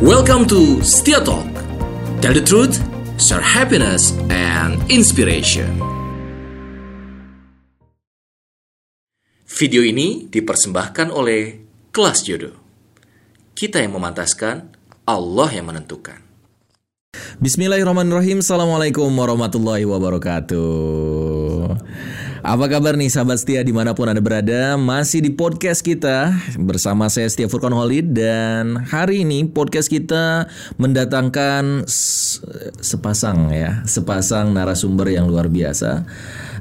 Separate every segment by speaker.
Speaker 1: Welcome to Setia Talk. Tell the truth, share happiness and inspiration. Video ini dipersembahkan oleh Kelas Jodoh. Kita yang memantaskan, Allah yang menentukan.
Speaker 2: Bismillahirrahmanirrahim Assalamualaikum warahmatullahi wabarakatuh Apa kabar nih sahabat setia dimanapun anda berada Masih di podcast kita Bersama saya Setia Furkon Holid Dan hari ini podcast kita mendatangkan s- Sepasang ya Sepasang narasumber yang luar biasa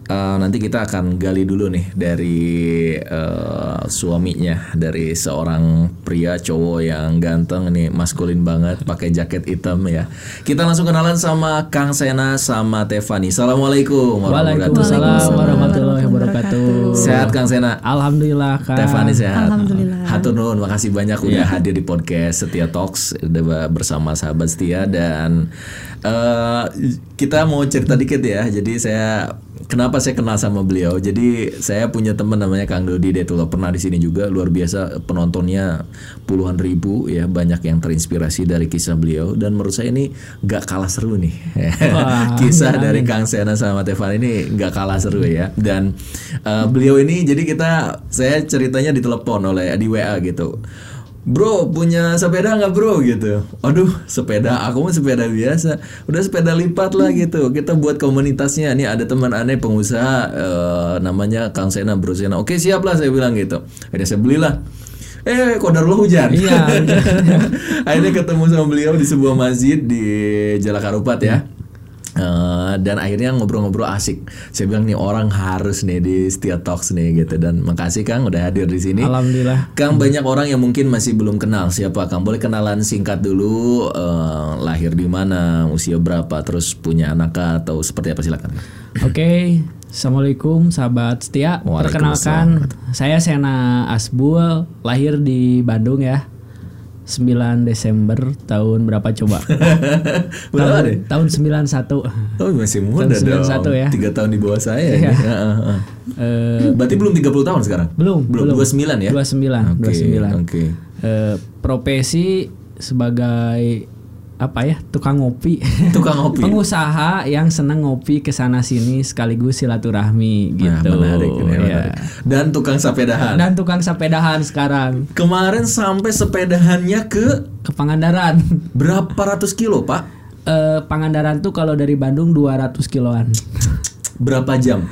Speaker 2: Eh, Nanti kita akan gali dulu nih Dari eh, suaminya Dari seorang pria cowok yang ganteng nih Maskulin banget pakai jaket hitam ya kita langsung kenalan sama Kang Sena sama Tevani. Assalamualaikum warahmatullahi
Speaker 3: Waalaikumsalam
Speaker 2: wabarakatuh.
Speaker 3: warahmatullahi Ah. wabarakatuh.
Speaker 2: Sehat Kang Sena.
Speaker 3: Alhamdulillah Kak.
Speaker 2: Tevani sehat.
Speaker 4: Alhamdulillah. Iya.
Speaker 2: Hatur nuhun, makasih banyak udah hadir di podcast Setia Talks udah bersama sahabat Setia dan eh, kita mau cerita dikit ya. Jadi saya kenapa saya kenal sama beliau. Jadi saya punya teman namanya Kang Dodi Detulo pernah di sini juga luar biasa penontonnya puluhan ribu ya banyak yang terinspirasi dari kisah beliau dan menurut saya ini nggak kalah seru nih kisah dari Kang Sena sama Tefan ini nggak kalah seru ya dan eh, beliau ini jadi kita saya ceritanya ditelepon oleh di WA gitu Bro punya sepeda nggak bro gitu Aduh sepeda aku mah sepeda biasa Udah sepeda lipat lah gitu Kita buat komunitasnya Nih ada teman aneh pengusaha eh, Namanya Kang Sena Bro Sena Oke siap lah saya bilang gitu Akhirnya saya belilah Eh kodarullah hujan
Speaker 3: Iya.
Speaker 2: Akhirnya ketemu sama beliau di sebuah masjid di Jalakarupat ya. Eh, dan akhirnya ngobrol-ngobrol asik. Saya bilang nih orang harus nih di Setia Talks nih gitu dan makasih Kang udah hadir di sini.
Speaker 3: Alhamdulillah.
Speaker 2: Kang kan banyak orang yang mungkin masih belum kenal siapa Kang. Boleh kenalan singkat dulu eh, lahir di mana, usia berapa, terus punya anak kah, atau seperti apa silakan.
Speaker 3: Oke, Assalamualaikum sahabat setia.
Speaker 2: Waalaikumsalam.
Speaker 3: Perkenalkan, saya Sena Asbul, lahir di Bandung ya. 9 Desember tahun berapa coba?
Speaker 2: Berapa deh?
Speaker 3: tahun, tahun 91.
Speaker 2: ya? Oh masih muda
Speaker 3: Tahun
Speaker 2: dong.
Speaker 3: 91 ya.
Speaker 2: Tiga tahun di bawah saya. ini.
Speaker 3: Iya.
Speaker 2: Heeh, heeh.
Speaker 3: Eh,
Speaker 2: Berarti belum 30 tahun sekarang?
Speaker 3: belum,
Speaker 2: Belum, 29 ya?
Speaker 3: 29,
Speaker 2: Oke,
Speaker 3: 29.
Speaker 2: oke.
Speaker 3: Eh, profesi sebagai apa ya? Tukang ngopi.
Speaker 2: Tukang ngopi.
Speaker 3: Pengusaha yang seneng ngopi ke sana sini sekaligus
Speaker 2: Nah,
Speaker 3: silaturahmi gitu. Nah.
Speaker 2: menarik, ini
Speaker 3: Ya.
Speaker 2: menarik. Dan tukang sepedahan.
Speaker 3: Dan tukang sepedahan sekarang
Speaker 2: Kemarin sampai sepedahannya ke
Speaker 3: ke Pangandaran.
Speaker 2: berapa ratus kilo, Pak?
Speaker 3: Eh, Pangandaran tuh kalau dari Bandung 200 kiloan.
Speaker 2: Berapa jam?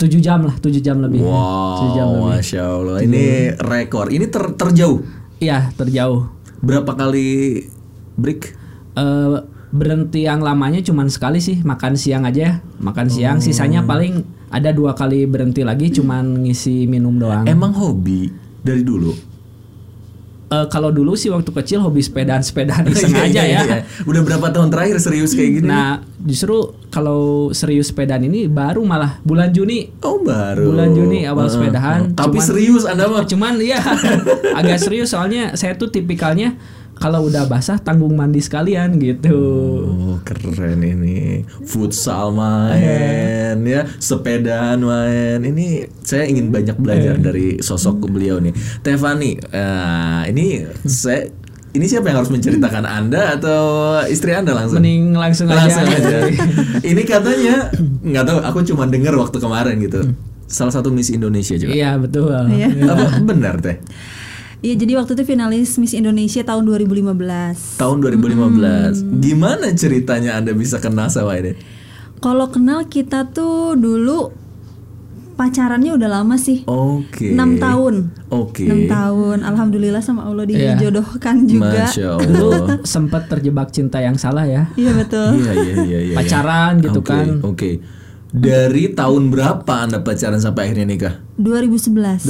Speaker 3: 7 jam lah, 7 jam lebih. 7 jam
Speaker 2: Wow,
Speaker 3: lebih.
Speaker 2: masya Allah. Ini rekor. Ini ter- terjauh.
Speaker 3: Iya, terjauh.
Speaker 2: Berapa kali break?
Speaker 3: eh berhenti yang lamanya cuman sekali sih makan siang aja ya makan
Speaker 2: Oh.
Speaker 3: siang sisanya paling ada dua kali berhenti lagi cuman ngisi minum doang
Speaker 2: Emang hobi dari dulu.
Speaker 3: Eh, kalau dulu sih waktu kecil hobi sepedaan sepedaan iseng
Speaker 2: Iya,
Speaker 3: aja
Speaker 2: iya,
Speaker 3: ya
Speaker 2: iya. Udah berapa tahun terakhir serius kayak gini?
Speaker 3: nah justru kalau serius sepedaan ini baru malah bulan Juni
Speaker 2: Oh baru.
Speaker 3: bulan Juni awal
Speaker 2: Heeh,
Speaker 3: sepedahan
Speaker 2: heeh. Tapi
Speaker 3: cuman-
Speaker 2: serius Anda mah.
Speaker 3: cuman ya agak serius soalnya saya tuh tipikalnya kalau udah basah tanggung mandi sekalian gitu
Speaker 2: Oh keren ini futsal main ya sepedaan main ini saya ingin banyak belajar
Speaker 3: Eh.
Speaker 2: dari sosok beliau nih Tevani eh, ini saya ini siapa yang harus menceritakan anda atau istri anda langsung
Speaker 3: mending langsung aja,
Speaker 2: langsung aja ini katanya nggak tahu aku cuma dengar waktu kemarin gitu salah satu Miss Indonesia juga
Speaker 3: Hmm. iya betul
Speaker 2: apa benar teh
Speaker 4: Iya, jadi waktu itu finalis Miss Indonesia tahun 2015.
Speaker 2: tahun 2015 gimana ceritanya anda bisa kenal sama ini
Speaker 4: Kalau kenal kita tuh dulu pacarannya udah lama sih.
Speaker 2: Oke.
Speaker 4: 6 tahun.
Speaker 2: Oke.
Speaker 4: 6 tahun. Alhamdulillah sama Allah
Speaker 3: Iya.
Speaker 4: dijodohkan juga.
Speaker 2: Masya
Speaker 3: dulu
Speaker 2: Allah.
Speaker 3: sempat terjebak cinta yang salah ya
Speaker 4: Iya, betul.
Speaker 2: Iya iya iya. iya.
Speaker 3: Pacaran gitu
Speaker 2: Oke,
Speaker 3: kan.
Speaker 2: Oke. Dari tahun berapa anda pacaran sampai akhirnya nikah?
Speaker 4: 2011.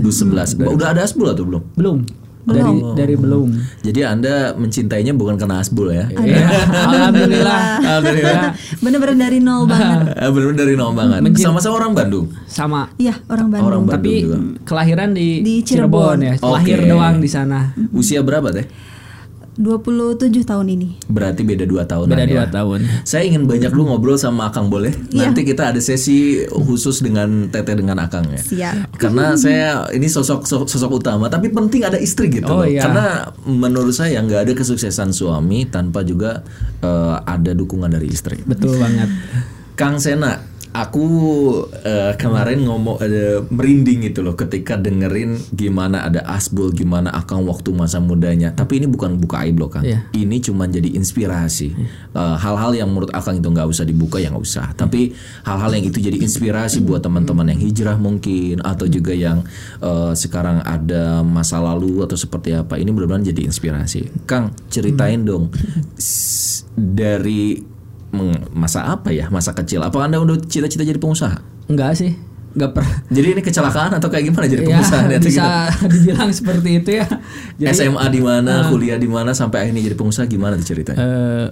Speaker 3: 2011
Speaker 2: 2011. Ba- Udah ada asbul atau belum?
Speaker 3: belum dari dari belum
Speaker 2: Jadi anda mencintainya bukan karena asbul ya?
Speaker 3: Ya, alhamdulillah
Speaker 2: Alhamdulillah.
Speaker 4: Bener-bener dari nol banget.
Speaker 2: Eh, Benar-benar dari nol banget. Sama-sama orang Bandung.
Speaker 3: sama
Speaker 4: Iya, orang Bandung.
Speaker 2: Orang Bandung
Speaker 3: tapi
Speaker 2: juga.
Speaker 3: kelahiran di,
Speaker 4: Di
Speaker 3: Cirebon,
Speaker 4: Cirebon.
Speaker 3: ya
Speaker 2: Oke.
Speaker 3: lahir doang di sana
Speaker 2: Usia berapa teh?
Speaker 4: 27 tahun ini.
Speaker 2: Berarti beda dua tahun.
Speaker 3: Beda dua tahun.
Speaker 2: Saya ingin banyak lu ngobrol sama Akang boleh?
Speaker 4: Iya.
Speaker 2: Nanti kita ada sesi khusus dengan Tete dengan Akang ya.
Speaker 4: Siap.
Speaker 2: Karena saya ini sosok sosok, sosok utama, tapi penting ada istri gitu.
Speaker 3: Oh,
Speaker 2: loh.
Speaker 3: iya.
Speaker 2: Karena menurut saya nggak ada kesuksesan suami tanpa juga eh, ada dukungan dari istri.
Speaker 3: Betul banget.
Speaker 2: Kang Sena, aku eh, kemarin ngomong ada merinding itu loh ketika dengerin gimana ada Asbul, gimana Akang waktu masa mudanya. Tapi ini bukan buka aib loh Kang.
Speaker 3: Iya.
Speaker 2: Ini cuma jadi inspirasi. Eh, Hal-hal yang menurut Akang itu nggak usah dibuka ya nggak usah. Tapi hal-hal yang itu jadi inspirasi buat teman-teman yang hijrah mungkin atau juga yang eh, sekarang ada masa lalu atau seperti apa. Ini benar-benar jadi inspirasi. Kang, ceritain dong s- dari meng- masa apa ya masa kecil apa anda udah cita-cita jadi pengusaha
Speaker 3: Enggak sih. Enggak pernah.
Speaker 2: jadi ini kecelakaan atau kayak gimana jadi
Speaker 3: Ya,
Speaker 2: pengusaha Nanti
Speaker 3: bisa
Speaker 2: gitu.
Speaker 3: dibilang seperti itu ya. Jadi
Speaker 2: SMA di mana kuliah di mana sampai akhirnya jadi pengusaha gimana tuh ceritanya
Speaker 3: eh,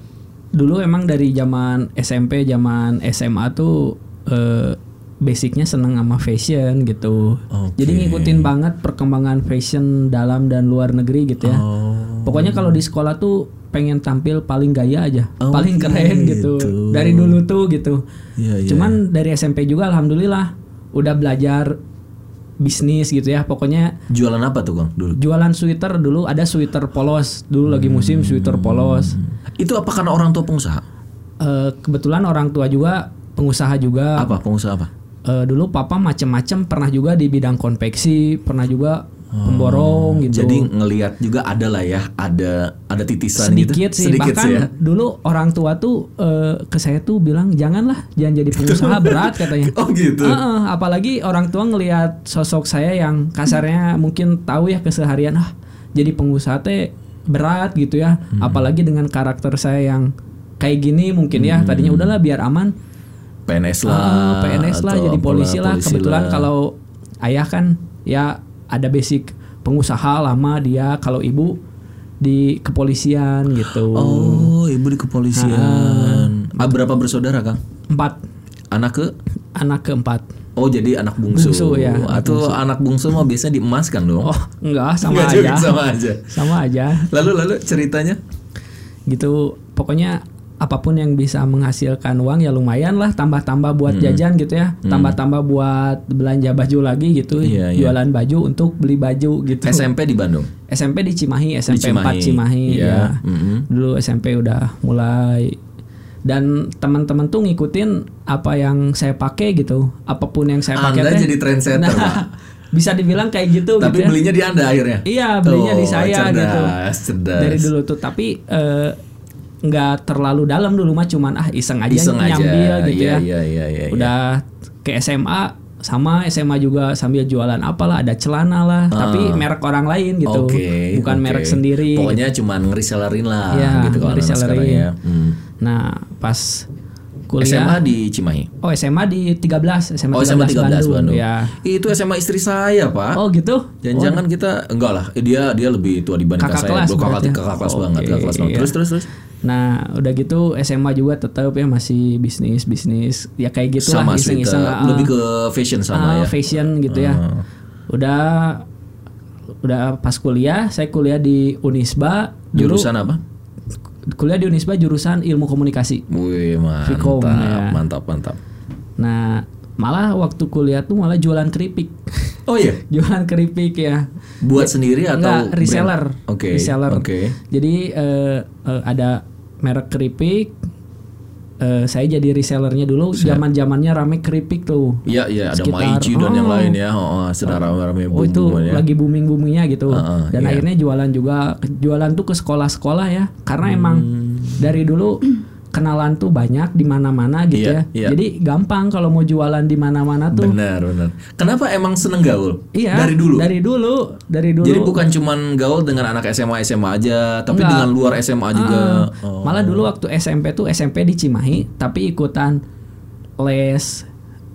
Speaker 3: dulu emang dari zaman SMP, zaman SMA tuh eh, basicnya seneng sama fashion gitu.
Speaker 2: Oke.
Speaker 3: Jadi ngikutin banget perkembangan fashion dalam dan luar negeri gitu ya.
Speaker 2: Oh.
Speaker 3: Pokoknya kalau di sekolah tuh pengen tampil paling gaya aja,
Speaker 2: Oh,
Speaker 3: paling keren gitu. Dari dulu tuh gitu.
Speaker 2: Iya, iya.
Speaker 3: Cuman dari SMP juga alhamdulillah udah belajar bisnis gitu ya. Pokoknya
Speaker 2: jualan apa tuh kang dulu
Speaker 3: jualan sweater dulu ada sweater polos dulu lagi musim sweater polos
Speaker 2: itu apa karena orang tua pengusaha
Speaker 3: Eh, kebetulan orang tua juga pengusaha juga
Speaker 2: apa pengusaha apa
Speaker 3: Eh, dulu papa macem-macem pernah juga di bidang konveksi pernah juga pemborong gitu
Speaker 2: jadi ngelihat juga ada lah ya ada ada titisan
Speaker 3: sedikit
Speaker 2: gitu
Speaker 3: sih bahkan dulu orang tua tuh eh, ke saya tuh bilang janganlah jangan jadi pengusaha berat katanya
Speaker 2: oh gitu
Speaker 3: Heeh, apalagi orang tua ngelihat sosok saya yang kasarnya mungkin tahu ya keseharian ah jadi pengusaha teh berat gitu ya
Speaker 2: Hmm.
Speaker 3: apalagi dengan karakter saya yang kayak gini mungkin ya
Speaker 2: Hmm.
Speaker 3: tadinya udahlah biar aman Eh,
Speaker 2: PNS lah
Speaker 3: Heeh, PNS lah
Speaker 2: atau
Speaker 3: jadi
Speaker 2: apalah,
Speaker 3: polisi lah
Speaker 2: polisi
Speaker 3: kebetulan
Speaker 2: lah.
Speaker 3: kalau ayah kan ya ada basic pengusaha lama dia kalau ibu di kepolisian gitu
Speaker 2: oh ibu di kepolisian
Speaker 3: Eh.
Speaker 2: ah, berapa bersaudara kang
Speaker 3: empat
Speaker 2: anak ke
Speaker 3: anak keempat
Speaker 2: Oh jadi anak bungsu,
Speaker 3: Bungsu, ya, anak
Speaker 2: atau anak bungsu mah biasanya diemaskan dong?
Speaker 3: oh enggak sama ya.
Speaker 2: Nggak juga,
Speaker 3: aja
Speaker 2: sama aja.
Speaker 3: sama aja
Speaker 2: Lalu lalu ceritanya?
Speaker 3: gitu pokoknya apapun yang bisa menghasilkan uang ya lumayan lah
Speaker 2: Hmm.
Speaker 3: tambah-tambah buat jajan gitu ya tambah-tambah buat belanja baju lagi gitu
Speaker 2: Iya, iya.
Speaker 3: jualan baju untuk beli baju gitu
Speaker 2: SMP di Bandung.
Speaker 3: SMP di Cimahi SMP
Speaker 2: Cimahi.
Speaker 3: 4 Cimahi
Speaker 2: Iya,
Speaker 3: ya
Speaker 2: mhm.
Speaker 3: dulu SMP udah mulai dan teman-teman tuh ngikutin apa yang saya pakai gitu apapun yang saya pakai
Speaker 2: Anda
Speaker 3: teh. Nah,
Speaker 2: jadi trendsetter, Pak.
Speaker 3: bisa dibilang kayak gitu
Speaker 2: Tapi
Speaker 3: gitu ya.
Speaker 2: belinya di Anda akhirnya.
Speaker 3: Iya belinya di
Speaker 2: Tuh,
Speaker 3: saya
Speaker 2: cerdas,
Speaker 3: gitu.
Speaker 2: cerdas.
Speaker 3: Dari dulu tuh tapi eh, nggak terlalu dalam dulu mah cuman ah iseng aja
Speaker 2: Iseng aja.
Speaker 3: nyambil gitu
Speaker 2: Iya,
Speaker 3: ya.
Speaker 2: iya, iya, iya, iya.
Speaker 3: Udah ke SMA sama SMA juga sambil jualan apalah ada celana lah tapi merek orang lain
Speaker 2: Ah.
Speaker 3: gitu.
Speaker 2: Oke.
Speaker 3: Bukan
Speaker 2: oke.
Speaker 3: merek sendiri.
Speaker 2: Pokoknya cuman ngeresellerin lah
Speaker 3: Iya,
Speaker 2: gitu kalau anak sekarang
Speaker 3: ngeresellerin.
Speaker 2: ya. Hmm.
Speaker 3: Nah, pas
Speaker 2: SMA
Speaker 3: kuliah
Speaker 2: di Cimahi.
Speaker 3: Oh SMA di 13 SMA
Speaker 2: Oh
Speaker 3: 13,
Speaker 2: SMA 13 Bandung. Ah.
Speaker 3: Ya.
Speaker 2: Itu SMA istri saya, Pak.
Speaker 3: Oh gitu.
Speaker 2: Jangan-jangan kita enggak lah, dia dia lebih tua dibandingkan
Speaker 3: Kakak
Speaker 2: saya.
Speaker 3: kelas
Speaker 2: Loh, kakak,
Speaker 3: berarti ya?
Speaker 2: kakak kelas
Speaker 3: Oke,
Speaker 2: banget, kakak kelas banget.
Speaker 3: iya.
Speaker 2: Terus terus terus.
Speaker 3: Nah, udah gitu SMA juga tetap ya masih bisnis-bisnis ya kayak gitu
Speaker 2: sama
Speaker 3: lah iseng-iseng
Speaker 2: sweater,
Speaker 3: ah,
Speaker 2: lebih ke fashion
Speaker 3: ah,
Speaker 2: sama ya. Ah.
Speaker 3: fashion gitu ya. Udah udah pas kuliah, saya kuliah di Unisba, dulu
Speaker 2: Jurusan apa?
Speaker 3: kuliah di Unisba jurusan Ilmu Komunikasi.
Speaker 2: Wih, mantap,
Speaker 3: Vkom, ya.
Speaker 2: mantap, mantap.
Speaker 3: Nah, malah waktu kuliah tuh malah jualan keripik.
Speaker 2: Oh iya,
Speaker 3: jualan keripik ya.
Speaker 2: buat sendiri
Speaker 3: Enggak,
Speaker 2: atau brand?
Speaker 3: reseller.
Speaker 2: Oke.
Speaker 3: Reseller.
Speaker 2: Oke.
Speaker 3: Jadi eh, eh, ada merek keripik. eh, saya jadi resellernya dulu. Zaman zamannya rame keripik tuh.
Speaker 2: Iya, iya, ada
Speaker 3: Sekitar-
Speaker 2: Maichi dan yang
Speaker 3: oh.
Speaker 2: lain ya. Oh, oh, sedara rame
Speaker 3: Oh itu
Speaker 2: bumbu ya.
Speaker 3: lagi booming boomingnya gitu.
Speaker 2: Heeh, iya.
Speaker 3: Dan akhirnya jualan juga. Jualan tuh ke sekolah-sekolah ya.
Speaker 2: Hmm.
Speaker 3: Karena emang dari dulu kenalan tuh banyak di mana-mana gitu
Speaker 2: Iya,
Speaker 3: ya.
Speaker 2: iya.
Speaker 3: Jadi gampang kalau mau jualan di mana-mana tuh.
Speaker 2: Benar, benar. Kenapa emang seneng gaul?
Speaker 3: Iya.
Speaker 2: Dari dulu.
Speaker 3: Dari dulu. Dari dulu. Ah,
Speaker 2: Jadi bukan cuman gaul dengan anak SMA SMA aja, tapi
Speaker 3: Enggak.
Speaker 2: dengan luar SMA juga.
Speaker 3: Ah,
Speaker 2: Oh.
Speaker 3: Malah dulu waktu SMP tuh SMP di Cimahi, tapi ikutan les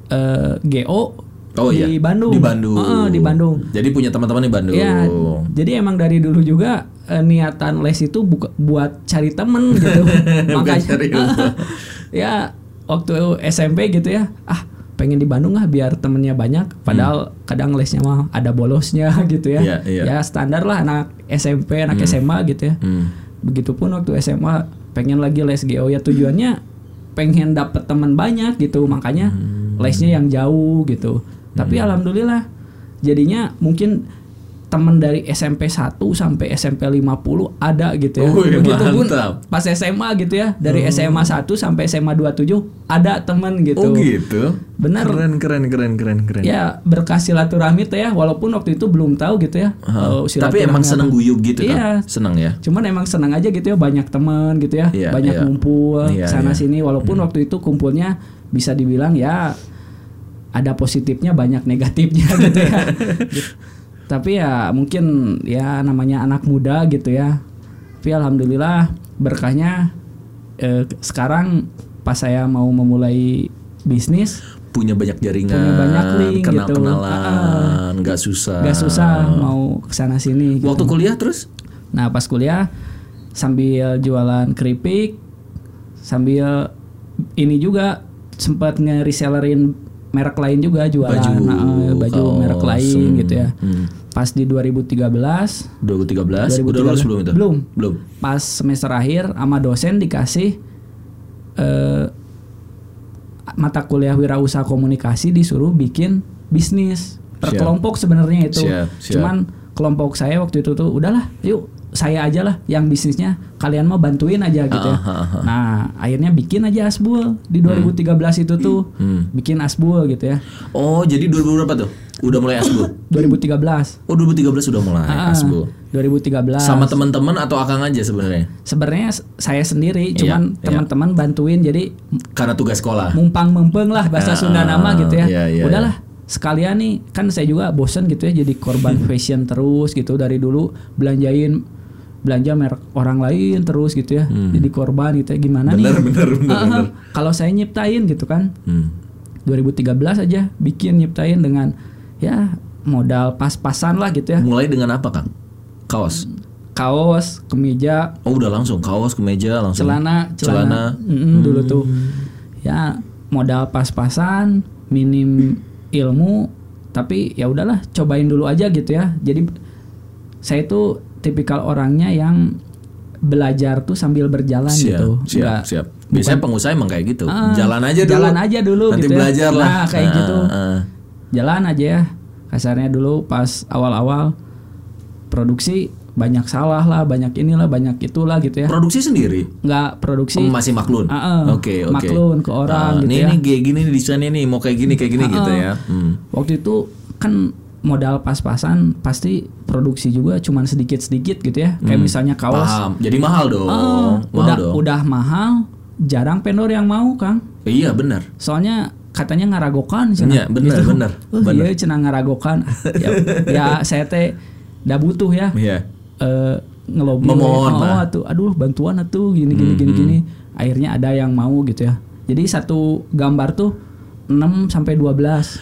Speaker 3: eh, GO
Speaker 2: Oh
Speaker 3: di
Speaker 2: iya.
Speaker 3: Bandung.
Speaker 2: Di Bandung. Iya.
Speaker 3: Heeh, di Bandung.
Speaker 2: Jadi punya teman-teman di Bandung.
Speaker 3: Ya, jadi emang dari dulu juga eh, niatan les itu buka- buat cari temen gitu. Makanya
Speaker 2: cari ilmu.
Speaker 3: ya waktu SMP gitu ya. Ah, pengen di Bandung lah biar temennya banyak padahal kadang lesnya mah ada bolosnya gitu ya.
Speaker 2: Hmm. Iya, iya.
Speaker 3: Ya standar lah anak SMP, anak SMA gitu ya.
Speaker 2: Hmm.
Speaker 3: Begitupun waktu SMA pengen lagi les GO ya tujuannya pengen dapet teman banyak gitu makanya
Speaker 2: Hmm.
Speaker 3: lesnya yang jauh gitu. Tapi alhamdulillah jadinya mungkin teman dari SMP 1 sampai SMP 50 ada gitu ya.
Speaker 2: Wih,
Speaker 3: Begitupun
Speaker 2: mantap. Hmm.
Speaker 3: pas SMA gitu ya dari SMA 1 sampai SMA 27 ada teman gitu.
Speaker 2: Oh gitu. Iya.
Speaker 3: Benar.
Speaker 2: Keren keren keren keren keren.
Speaker 3: Ya berkah silaturahmi tuh ya walaupun waktu itu belum tahu gitu ya.
Speaker 2: Hah.
Speaker 3: eh,
Speaker 2: Tapi
Speaker 3: silaturahmi
Speaker 2: emang
Speaker 3: apa.
Speaker 2: seneng guyub gitu
Speaker 3: Iya.
Speaker 2: kan? Seneng ya.
Speaker 3: Cuman emang senang aja gitu ya banyak teman gitu ya,
Speaker 2: Iya,
Speaker 3: banyak
Speaker 2: iya.
Speaker 3: ngumpul
Speaker 2: Iya,
Speaker 3: sana
Speaker 2: iya.
Speaker 3: sini walaupun waktu itu kumpulnya bisa dibilang ya ada positifnya banyak negatifnya gitu ya. Tapi ya mungkin ya namanya anak muda gitu ya. Tapi alhamdulillah berkahnya eh, sekarang pas saya mau memulai bisnis
Speaker 2: Punya banyak jaringan,
Speaker 3: Punya banyak link
Speaker 2: kenal
Speaker 3: gitu.
Speaker 2: kenalan, nggak susah.
Speaker 3: nggak susah mau kesana sini. gitu.
Speaker 2: Waktu kuliah terus?
Speaker 3: Nah pas kuliah sambil jualan keripik, sambil ini juga sempat nge-resellerin merek lain juga jualan
Speaker 2: Baju,
Speaker 3: nah, eh, baju
Speaker 2: kaos,
Speaker 3: merek lain
Speaker 2: hmm,
Speaker 3: gitu ya.
Speaker 2: hmm.
Speaker 3: Pas di 2013
Speaker 2: 2013. Udah
Speaker 3: 2013.
Speaker 2: lulus belum itu?
Speaker 3: Belum.
Speaker 2: Belum.
Speaker 3: pas semester akhir sama dosen dikasih eh, mata kuliah wirausaha komunikasi disuruh bikin bisnis per
Speaker 2: Siap.
Speaker 3: kelompok sebenarnya itu.
Speaker 2: Siap, siap.
Speaker 3: Cuman kelompok saya waktu itu tuh udahlah, yuk saya aja lah yang bisnisnya kalian mau bantuin aja gitu ya.
Speaker 2: Ah, ah, ah,
Speaker 3: Nah, akhirnya bikin aja Asbul di 2013 itu tuh
Speaker 2: Hmm.
Speaker 3: bikin Asbul gitu ya.
Speaker 2: Oh, jadi 2000 berapa tuh? Udah mulai asbul.
Speaker 3: 2013.
Speaker 2: Oh, 2013 udah mulai
Speaker 3: Ah,
Speaker 2: asbul.
Speaker 3: 2013.
Speaker 2: Sama teman-teman atau akang aja sebenarnya?
Speaker 3: sebenarnya s- saya sendiri
Speaker 2: Iya,
Speaker 3: cuman
Speaker 2: iya.
Speaker 3: teman-teman bantuin jadi
Speaker 2: Karena tugas sekolah.
Speaker 3: mumpang mempeng lah bahasa
Speaker 2: Ah,
Speaker 3: Sunda nama gitu ya.
Speaker 2: iya, iya, Hmm.
Speaker 3: Udahlah sekalian nih kan saya juga bosen gitu ya jadi korban fashion terus gitu dari dulu belanjain belanja merek orang lain terus gitu ya. Jadi korban gitu ya gimana
Speaker 2: Hmm. Bener,
Speaker 3: nih?
Speaker 2: bener, bener,
Speaker 3: Ah, ah, Kalau saya nyiptain gitu kan
Speaker 2: Hmm.
Speaker 3: 2013 aja bikin nyiptain dengan ya modal pas-pasan lah gitu ya.
Speaker 2: Mulai dengan apa, Kang? Kaos.
Speaker 3: Kaos, kemeja,
Speaker 2: Oh, udah langsung kaos, kemeja langsung.
Speaker 3: celana celana, Mm-mm, dulu
Speaker 2: Hmm.
Speaker 3: tuh ya modal pas-pasan minim ilmu tapi ya udahlah cobain dulu aja gitu ya jadi saya itu tipikal orangnya yang belajar tuh sambil berjalan
Speaker 2: Siap,
Speaker 3: gitu
Speaker 2: siap,
Speaker 3: Nggak-
Speaker 2: siap. Biasanya pengusaha emang kayak gitu.
Speaker 3: Ah,
Speaker 2: jalan aja dulu.
Speaker 3: jalan aja dulu
Speaker 2: Nanti
Speaker 3: gitu ya.
Speaker 2: belajar lah.
Speaker 3: Nah, kayak
Speaker 2: Ah,
Speaker 3: gitu.
Speaker 2: ah.
Speaker 3: jalan aja ya kasarnya dulu pas awal-awal produksi banyak salah lah banyak inilah banyak itulah gitu ya
Speaker 2: Produksi sendiri. Oh,
Speaker 3: nggak produksi
Speaker 2: Masih maklun. Oke,
Speaker 3: Ah, ah.
Speaker 2: oke.
Speaker 3: Maklun ke orang
Speaker 2: Ah,
Speaker 3: gitu
Speaker 2: nih,
Speaker 3: ya. Ah,
Speaker 2: Nih kayak gini nih desainnya nih, mau kayak gini kayak gini gitu ya. Hmm.
Speaker 3: waktu itu kan modal pas-pasan pasti produksi juga cuman sedikit-sedikit gitu ya kayak misalnya kaos
Speaker 2: Hmm, Paham. Jadi mahal dong.
Speaker 3: Ah,
Speaker 2: mahal
Speaker 3: udah
Speaker 2: dong.
Speaker 3: udah mahal jarang vendor yang mau kang
Speaker 2: Iya, benar.
Speaker 3: soalnya katanya ngaragokan
Speaker 2: Iya,
Speaker 3: cenah.
Speaker 2: bener, bener,
Speaker 3: Eh,
Speaker 2: bener.
Speaker 3: iya cenah ngaragokan ya, ya saya teh dah butuh ya
Speaker 2: Iya.
Speaker 3: eh ngelobi
Speaker 2: Memohon
Speaker 3: "Oh,
Speaker 2: lah." Hmm,
Speaker 3: atuh, aduh bantuan atuh gini gini gini gini akhirnya ada yang mau gitu ya jadi satu gambar tuh 6 sampai 12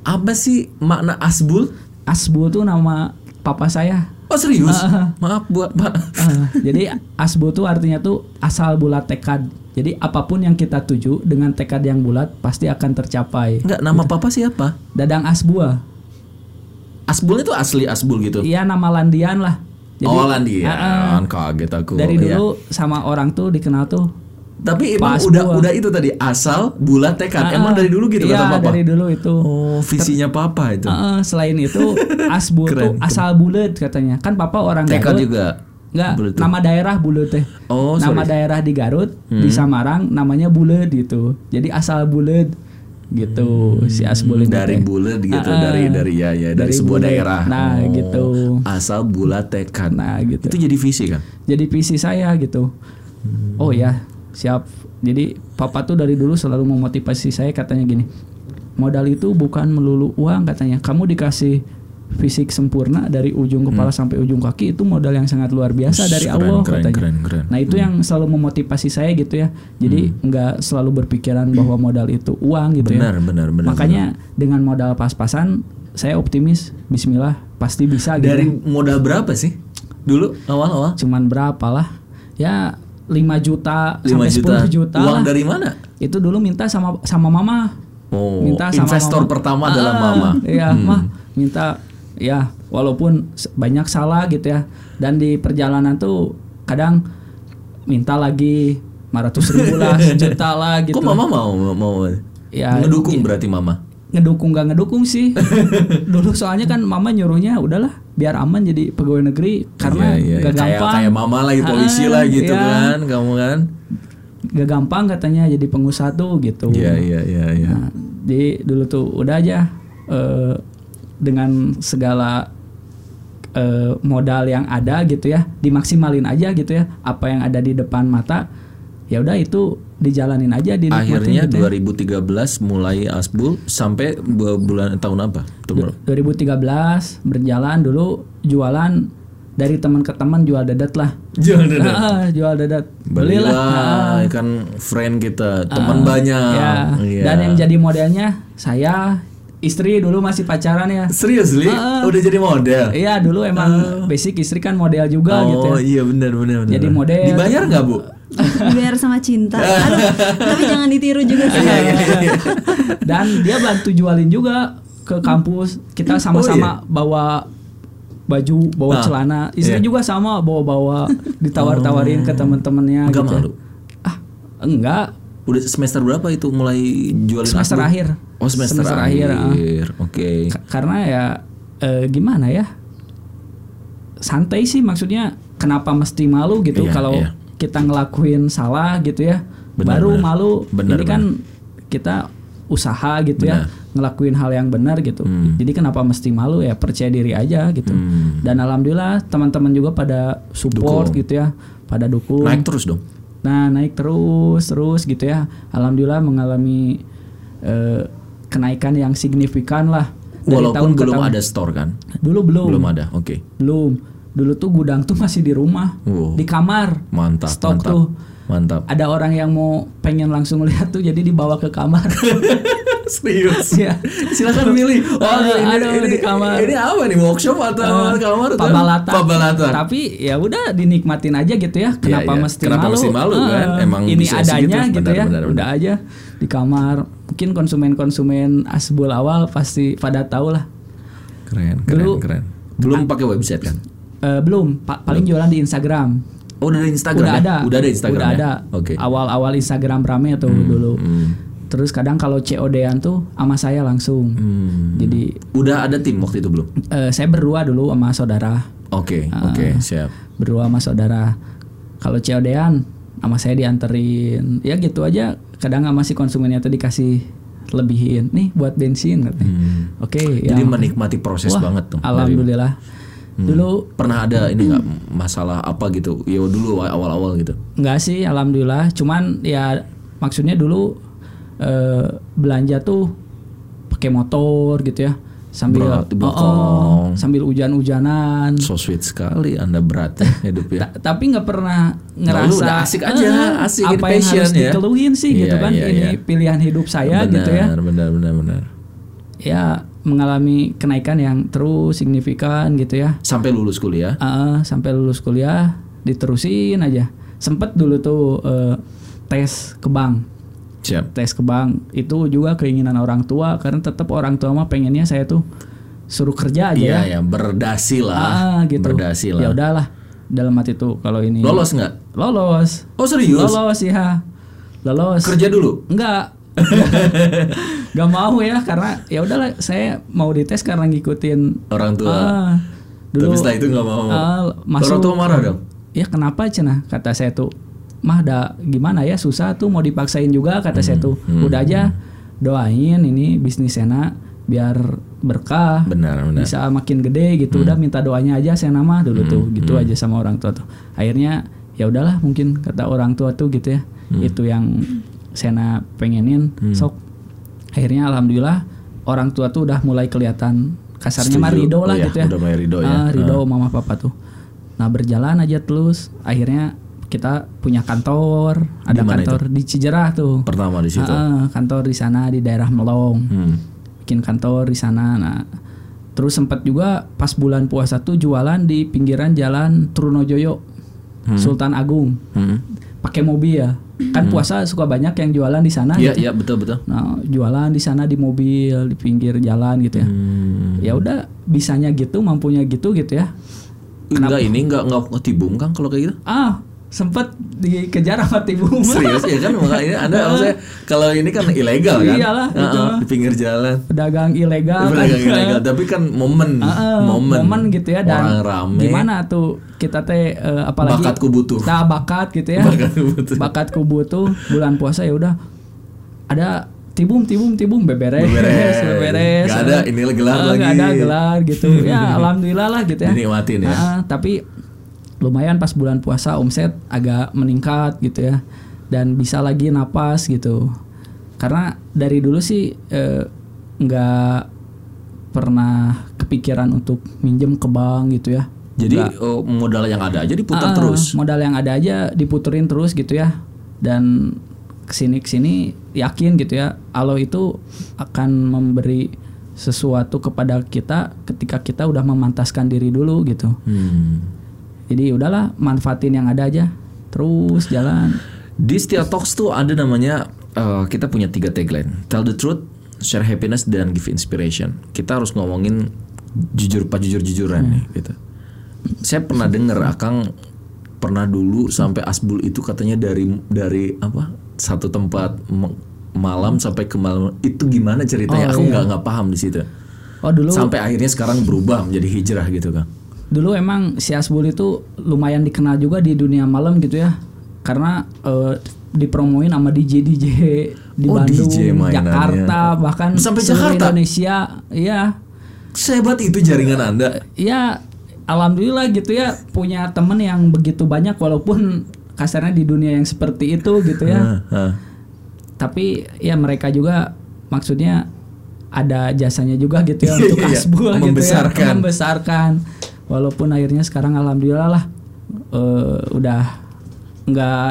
Speaker 2: Apa sih makna asbul?
Speaker 3: Asbu tuh nama papa saya.
Speaker 2: Oh, serius?
Speaker 3: Ah,
Speaker 2: Maaf buat Pak.
Speaker 3: Eh, jadi asbu tuh artinya tuh asal bulat tekad. Jadi apapun yang kita tuju dengan tekad yang bulat pasti akan tercapai.
Speaker 2: Enggak, nama papa siapa?
Speaker 3: Dadang Asbua.
Speaker 2: Asbul itu asli asbul gitu.
Speaker 3: Iya nama Landian lah. Jadi
Speaker 2: oh, Landian.
Speaker 3: Ah,
Speaker 2: Kaget aku.
Speaker 3: dari
Speaker 2: Iya.
Speaker 3: dulu sama orang tuh dikenal tuh
Speaker 2: Tapi emang
Speaker 3: Pas
Speaker 2: udah
Speaker 3: gua.
Speaker 2: udah itu tadi asal bulat tekad. emang
Speaker 3: Ah,
Speaker 2: dari dulu gitu
Speaker 3: iya,
Speaker 2: kata papa.
Speaker 3: dari dulu itu.
Speaker 2: Oh, visinya papa itu.
Speaker 3: Eh, selain itu Asbu tuh
Speaker 2: Keren, keren.
Speaker 3: asal bulat katanya. Kan papa orang
Speaker 2: tekad
Speaker 3: Garut.
Speaker 2: juga.
Speaker 3: Enggak,
Speaker 2: Bulet tuh.
Speaker 3: nama daerah Bulut teh.
Speaker 2: Oh, sorry.
Speaker 3: nama
Speaker 2: Hmm.
Speaker 3: daerah di Garut, di Samarang namanya Bulut gitu. Jadi asal Bulut gitu si Asbulin
Speaker 2: dari
Speaker 3: teh.
Speaker 2: bulat gitu,
Speaker 3: Ah, ah.
Speaker 2: dari dari ya ya dari,
Speaker 3: Dari
Speaker 2: sebuah
Speaker 3: bulet.
Speaker 2: daerah.
Speaker 3: Nah,
Speaker 2: Oh,
Speaker 3: gitu.
Speaker 2: Asal bulat tekad.
Speaker 3: Nah, gitu.
Speaker 2: Itu jadi visi kan?
Speaker 3: Jadi visi saya gitu.
Speaker 2: Hmm.
Speaker 3: Oh ya, siap. Jadi papa tuh dari dulu selalu memotivasi saya katanya gini. Modal itu bukan melulu uang katanya. Kamu dikasih fisik sempurna dari ujung kepala sampai ujung kaki itu modal yang sangat luar
Speaker 2: Ush,
Speaker 3: biasa dari
Speaker 2: Hmm. keren,
Speaker 3: Allah
Speaker 2: keren,
Speaker 3: katanya.
Speaker 2: keren, keren. Hmm.
Speaker 3: Nah itu yang selalu memotivasi saya gitu ya. Jadi nggak selalu berpikiran bahwa modal itu uang
Speaker 2: Hmm.
Speaker 3: gitu
Speaker 2: Benar,
Speaker 3: ya.
Speaker 2: benar, benar.
Speaker 3: Makanya dengan modal pas-pasan saya optimis. Bismillah pasti bisa gitu.
Speaker 2: dari modal berapa sih? Dulu awal-awal
Speaker 3: Cuman berapa lah? Ya 5 juta
Speaker 2: 5
Speaker 3: sampai
Speaker 2: juta.
Speaker 3: 10 juta
Speaker 2: Uang
Speaker 3: lah.
Speaker 2: dari mana?
Speaker 3: Itu dulu minta sama sama mama.
Speaker 2: Oh, investor pertama
Speaker 3: Ah,
Speaker 2: adalah mama. Hmm.
Speaker 3: Iya, mah minta ya walaupun se- banyak salah gitu ya. Dan di perjalanan tuh kadang minta lagi 500 ribu lah sejuta lah
Speaker 2: Kok
Speaker 3: gitu
Speaker 2: mama mau mau
Speaker 3: Ya,
Speaker 2: ngedukung berarti mama.
Speaker 3: ngedukung gak ngedukung sih dulu soalnya kan mama nyuruhnya udahlah biar aman jadi pegawai negeri karena
Speaker 2: Iya, iya,
Speaker 3: gak
Speaker 2: kayak
Speaker 3: gampang
Speaker 2: kayak mama lagi polisi
Speaker 3: Ah,
Speaker 2: lah gitu
Speaker 3: iya.
Speaker 2: kan, kamu kan.
Speaker 3: gak gampang katanya jadi pengusaha tuh gitu
Speaker 2: Iya iya iya iya.
Speaker 3: Nah, jadi dulu tuh udah aja eh, dengan segala eh, modal yang ada gitu ya, dimaksimalin aja gitu ya. Apa yang ada di depan mata, ya udah itu dijalanin aja gitu ya. di
Speaker 2: Akhirnya 2013 mulai Asbul sampai bu- bulan tahun apa? Tuh,
Speaker 3: 2013 berjalan dulu jualan dari teman ke teman jual dedet lah.
Speaker 2: Jual
Speaker 3: dedet. jual dedet.
Speaker 2: Belilah,
Speaker 3: Belilah.
Speaker 2: kan friend kita, teman banyak.
Speaker 3: Ya.
Speaker 2: Iya.
Speaker 3: Dan yang jadi modelnya saya, istri dulu masih pacaran ya.
Speaker 2: serius li, udah jadi model.
Speaker 3: Iya dulu emang basic istri kan model juga gitu
Speaker 2: Ah. oh
Speaker 3: ya.
Speaker 2: iya benar benar benar.
Speaker 3: Jadi model. Nah,
Speaker 2: Dibayar nggak bu?
Speaker 4: biar sama cinta Aduh, tapi jangan ditiru juga sih
Speaker 2: Iya,
Speaker 3: Dan dia bantu jualin juga ke kampus. Kita sama-sama bawa baju, bawa
Speaker 2: Oh, iya. Ah,
Speaker 3: celana. Istri
Speaker 2: iya.
Speaker 3: juga sama bawa-bawa ditawar-tawarin ke teman-temannya
Speaker 2: Nggak
Speaker 3: gitu.
Speaker 2: malu.
Speaker 3: Ah, enggak.
Speaker 2: Udah semester berapa itu mulai jualin
Speaker 3: Semester
Speaker 2: Asbul?
Speaker 3: akhir.
Speaker 2: Oh semester,
Speaker 3: Semester
Speaker 2: akhir.
Speaker 3: akhir, ah.
Speaker 2: Oke.
Speaker 3: Ka- Karena ya eh, gimana ya? Santai sih maksudnya kenapa mesti malu gitu
Speaker 2: Iya,
Speaker 3: kalau
Speaker 2: iya.
Speaker 3: kita ngelakuin salah gitu ya.
Speaker 2: Benar,
Speaker 3: baru
Speaker 2: benar.
Speaker 3: malu.
Speaker 2: Benar,
Speaker 3: Ini kan kita usaha gitu ya, ngelakuin hal yang benar gitu.
Speaker 2: Hmm.
Speaker 3: Jadi kenapa mesti malu ya? Percaya diri aja gitu.
Speaker 2: Hmm.
Speaker 3: Dan alhamdulillah teman-teman juga pada support
Speaker 2: Dukung.
Speaker 3: gitu ya, pada dukung.
Speaker 2: Naik Kan terus dong.
Speaker 3: Nah naik terus terus gitu ya. Alhamdulillah mengalami eh, kenaikan yang signifikan lah. Dari
Speaker 2: Walaupun
Speaker 3: tahun ke
Speaker 2: belum
Speaker 3: tahun.
Speaker 2: ada store kan?
Speaker 3: Dulu belum.
Speaker 2: Belum
Speaker 3: Belum.
Speaker 2: ada. Oke.
Speaker 3: Dulu tuh gudang tuh masih di rumah,
Speaker 2: Wow.
Speaker 3: di kamar.
Speaker 2: Oh. Mantap.
Speaker 3: Stok
Speaker 2: mantap.
Speaker 3: tuh.
Speaker 2: Mantap.
Speaker 3: Ada orang yang mau pengen langsung lihat tuh jadi dibawa ke kamar.
Speaker 2: Serius.
Speaker 3: Iya.
Speaker 2: Silakan milih. Oh,
Speaker 3: Aduh,
Speaker 2: ini,
Speaker 3: aduh,
Speaker 2: ini,
Speaker 3: di kamar.
Speaker 2: Ini apa nih? Workshop atau kamar? atau-
Speaker 3: Pabalatan.
Speaker 2: Pabalatan.
Speaker 3: Tapi ya udah dinikmatin aja gitu ya.
Speaker 2: Iya,
Speaker 3: Kenapa
Speaker 2: iya.
Speaker 3: mesti
Speaker 2: Kenapa
Speaker 3: malu?
Speaker 2: mesti malu, kan?
Speaker 3: Eh,
Speaker 2: Emang
Speaker 3: ini
Speaker 2: bisa
Speaker 3: adanya
Speaker 2: segitu.
Speaker 3: gitu
Speaker 2: Benar,
Speaker 3: ya.
Speaker 2: benar, benar.
Speaker 3: Udah aja di kamar. Mungkin konsumen-konsumen asbul awal pasti pada tahu lah.
Speaker 2: Keren, keren,
Speaker 3: Dulu-
Speaker 2: keren. Belum pakai website kan?
Speaker 3: Eh, belum, pa- paling jualan di Instagram.
Speaker 2: Oh, udah ada Instagram.
Speaker 3: udah
Speaker 2: ya?
Speaker 3: ada,
Speaker 2: Udah ada Instagram.
Speaker 3: udah
Speaker 2: ya?
Speaker 3: ada.
Speaker 2: Oke.
Speaker 3: Awal-awal Instagram rame tuh dulu.
Speaker 2: Hmm,
Speaker 3: Terus kadang kalau COD-an tuh sama saya langsung.
Speaker 2: hmm.
Speaker 3: Jadi
Speaker 2: Udah ada tim waktu itu belum?
Speaker 3: eh, saya berdua dulu sama saudara.
Speaker 2: Oke, oke, siap.
Speaker 3: berdua sama saudara. Kalau COD-an sama saya dianterin. Ya gitu aja. Kadang sama si konsumennya tuh dikasih lebihin. Nih buat bensin katanya.
Speaker 2: Hmm.
Speaker 3: Oke, ya.
Speaker 2: Jadi menikmati proses
Speaker 3: Wah,
Speaker 2: banget tuh. Hmm.
Speaker 3: Alhamdulillah. Dulu
Speaker 2: Pernah ada ini nggak masalah apa gitu? Ya dulu awal-awal gitu.
Speaker 3: enggak sih alhamdulillah. Cuman ya maksudnya dulu eh, belanja tuh pakai motor gitu ya. Sambil Oh,
Speaker 2: Berat, belakang.
Speaker 3: sambil hujan-hujanan.
Speaker 2: So sweet sekali Anda berat ya, hidup ya.
Speaker 3: Ta- tapi nggak pernah
Speaker 2: Nah, lu
Speaker 3: ngerasa
Speaker 2: udah asik aja,
Speaker 3: "Eh,
Speaker 2: asik,
Speaker 3: apa
Speaker 2: ini
Speaker 3: yang
Speaker 2: passion
Speaker 3: harus
Speaker 2: ya."
Speaker 3: dikeluhin sih gitu
Speaker 2: Iya,
Speaker 3: kan
Speaker 2: iya,
Speaker 3: ini
Speaker 2: iya.
Speaker 3: pilihan hidup saya
Speaker 2: benar,
Speaker 3: gitu ya
Speaker 2: Benar, benar, benar.
Speaker 3: ya mengalami kenaikan yang terus signifikan gitu ya
Speaker 2: Sampai lulus kuliah.
Speaker 3: Eh, sampai lulus kuliah diterusin aja sempet dulu tuh eh, tes ke bank
Speaker 2: Siap.
Speaker 3: tes ke bank itu juga keinginan orang tua karena tetap orang tua mah pengennya saya tuh suruh kerja aja ya
Speaker 2: Iya, ya, berdasi lah.
Speaker 3: Ah, gitu
Speaker 2: Berdasi lah.
Speaker 3: ya udahlah dalam hati tuh kalau ini
Speaker 2: Lolos nggak?
Speaker 3: lolos
Speaker 2: Oh, serius?
Speaker 3: Lolos ya. Lolos.
Speaker 2: Kerja dulu.
Speaker 3: Enggak. Gak mau ya karena ya udahlah saya mau dites karena ngikutin
Speaker 2: Orang tua.
Speaker 3: Ah,
Speaker 2: Tapi
Speaker 3: dulu
Speaker 2: setelah itu nggak mau.
Speaker 3: ah, masuk.
Speaker 2: Orang tua marah dong.
Speaker 3: ya kenapa cenah kata saya tuh mah dah gimana ya susah tuh mau dipaksain juga kata
Speaker 2: Hmm,
Speaker 3: saya tuh udah aja doain ini bisnis enak biar berkah
Speaker 2: Benar, benar. Hmm.
Speaker 3: bisa makin gede gitu udah minta doanya aja saya nama dulu tuh gitu aja sama orang tua tuh akhirnya ya udahlah mungkin kata orang tua tuh gitu ya
Speaker 2: Hmm.
Speaker 3: itu yang Sena pengenin sok akhirnya alhamdulillah orang tua tuh udah mulai kelihatan kasarnya mah
Speaker 2: Setuju.
Speaker 3: ridho
Speaker 2: Oh
Speaker 3: lah
Speaker 2: ya,
Speaker 3: gitu ya
Speaker 2: udah mulai ridho ya.
Speaker 3: Ah, ridho mama papa tuh nah berjalan aja terus akhirnya kita punya kantor ada
Speaker 2: mana
Speaker 3: kantor di Cijerah tuh
Speaker 2: Pertama di situ.
Speaker 3: Ah, ah, kantor di sana di daerah Melong
Speaker 2: Hmm.
Speaker 3: bikin kantor di sana. Nah, terus sempat juga pas bulan puasa tuh jualan di pinggiran jalan Trunojoyo, Sultan Agung,
Speaker 2: Hmm.
Speaker 3: pakai mobil ya. Kan puasa suka banyak yang jualan di sana.
Speaker 2: Iya,
Speaker 3: gitu.
Speaker 2: iya, betul, betul.
Speaker 3: Nah, jualan di sana di mobil di pinggir jalan gitu ya.
Speaker 2: Hmm.
Speaker 3: Ya udah bisanya gitu, mampunya gitu gitu ya.
Speaker 2: Enggak ini enggak enggak ketimbung Kang kalau kayak gitu.
Speaker 3: Ah, sempet dikejar sama tim Buma.
Speaker 2: Serius ya kan makanya Anda maksudnya kalau ini kan ilegal kan?
Speaker 3: Iyalah,
Speaker 2: Heeh,
Speaker 3: itu.
Speaker 2: di pinggir jalan.
Speaker 3: Pedagang ilegal.
Speaker 2: Pedagang
Speaker 3: kan.
Speaker 2: ilegal, tapi kan momen,
Speaker 3: Heeh, Ah, momen. gitu ya dan
Speaker 2: orang rame.
Speaker 3: gimana tuh kita teh eh, apalagi
Speaker 2: Bakatku butuh.
Speaker 3: Nah, bakat gitu ya.
Speaker 2: Bakatku butuh.
Speaker 3: Bakatku butuh bulan puasa ya udah ada tibum tibum tibum beberes
Speaker 2: Beberes.
Speaker 3: beberes.
Speaker 2: Nggak ada, ini gelar
Speaker 3: Eh, nggak
Speaker 2: lagi.
Speaker 3: ada gelar gitu. ya alhamdulillah lah gitu ya.
Speaker 2: Dinikmatin ya.
Speaker 3: Heeh, tapi lumayan pas bulan puasa omset agak meningkat gitu ya dan bisa lagi napas gitu karena dari dulu sih eh, nggak pernah kepikiran untuk minjem ke bank gitu ya
Speaker 2: Jadi oh, modal yang ada aja diputar
Speaker 3: Ah,
Speaker 2: terus.
Speaker 3: modal yang ada aja diputerin terus gitu ya dan kesini kesini yakin gitu ya Allah itu akan memberi sesuatu kepada kita ketika kita udah memantaskan diri dulu gitu
Speaker 2: Hmm.
Speaker 3: jadi udahlah manfaatin yang ada aja terus jalan
Speaker 2: Di setiap talks tuh ada namanya eh, kita punya tiga tagline. Tell the truth, share happiness dan give inspiration. Kita harus ngomongin jujur pak jujur jujuran nih gitu. Saya pernah dengar Akang pernah dulu sampai asbul itu katanya dari dari apa satu tempat me- malam sampai ke malam itu gimana ceritanya? Aku nggak nggak paham di situ.
Speaker 3: oh dulu
Speaker 2: Sampai akhirnya sekarang berubah menjadi hijrah gitu kan.
Speaker 3: dulu emang si Asbul itu lumayan dikenal juga di dunia malam gitu ya karena eh, dipromoin sama DJ DJ di
Speaker 2: Oh,
Speaker 3: Bandung,
Speaker 2: DJ mainannya.
Speaker 3: Jakarta bahkan
Speaker 2: Sampai
Speaker 3: seluruh
Speaker 2: Jakarta?
Speaker 3: Indonesia iya
Speaker 2: Sehebat itu jaringan Anda.
Speaker 3: ya alhamdulillah gitu ya punya temen yang begitu banyak walaupun kasarnya di dunia yang seperti itu gitu ya
Speaker 2: Hah, hah.
Speaker 3: tapi ya mereka juga maksudnya ada jasanya juga gitu ya untuk
Speaker 2: Iya, iya,
Speaker 3: Hasbul gitu
Speaker 2: membesarkan.
Speaker 3: ya membesarkan walaupun akhirnya sekarang alhamdulillah lah eh, udah nggak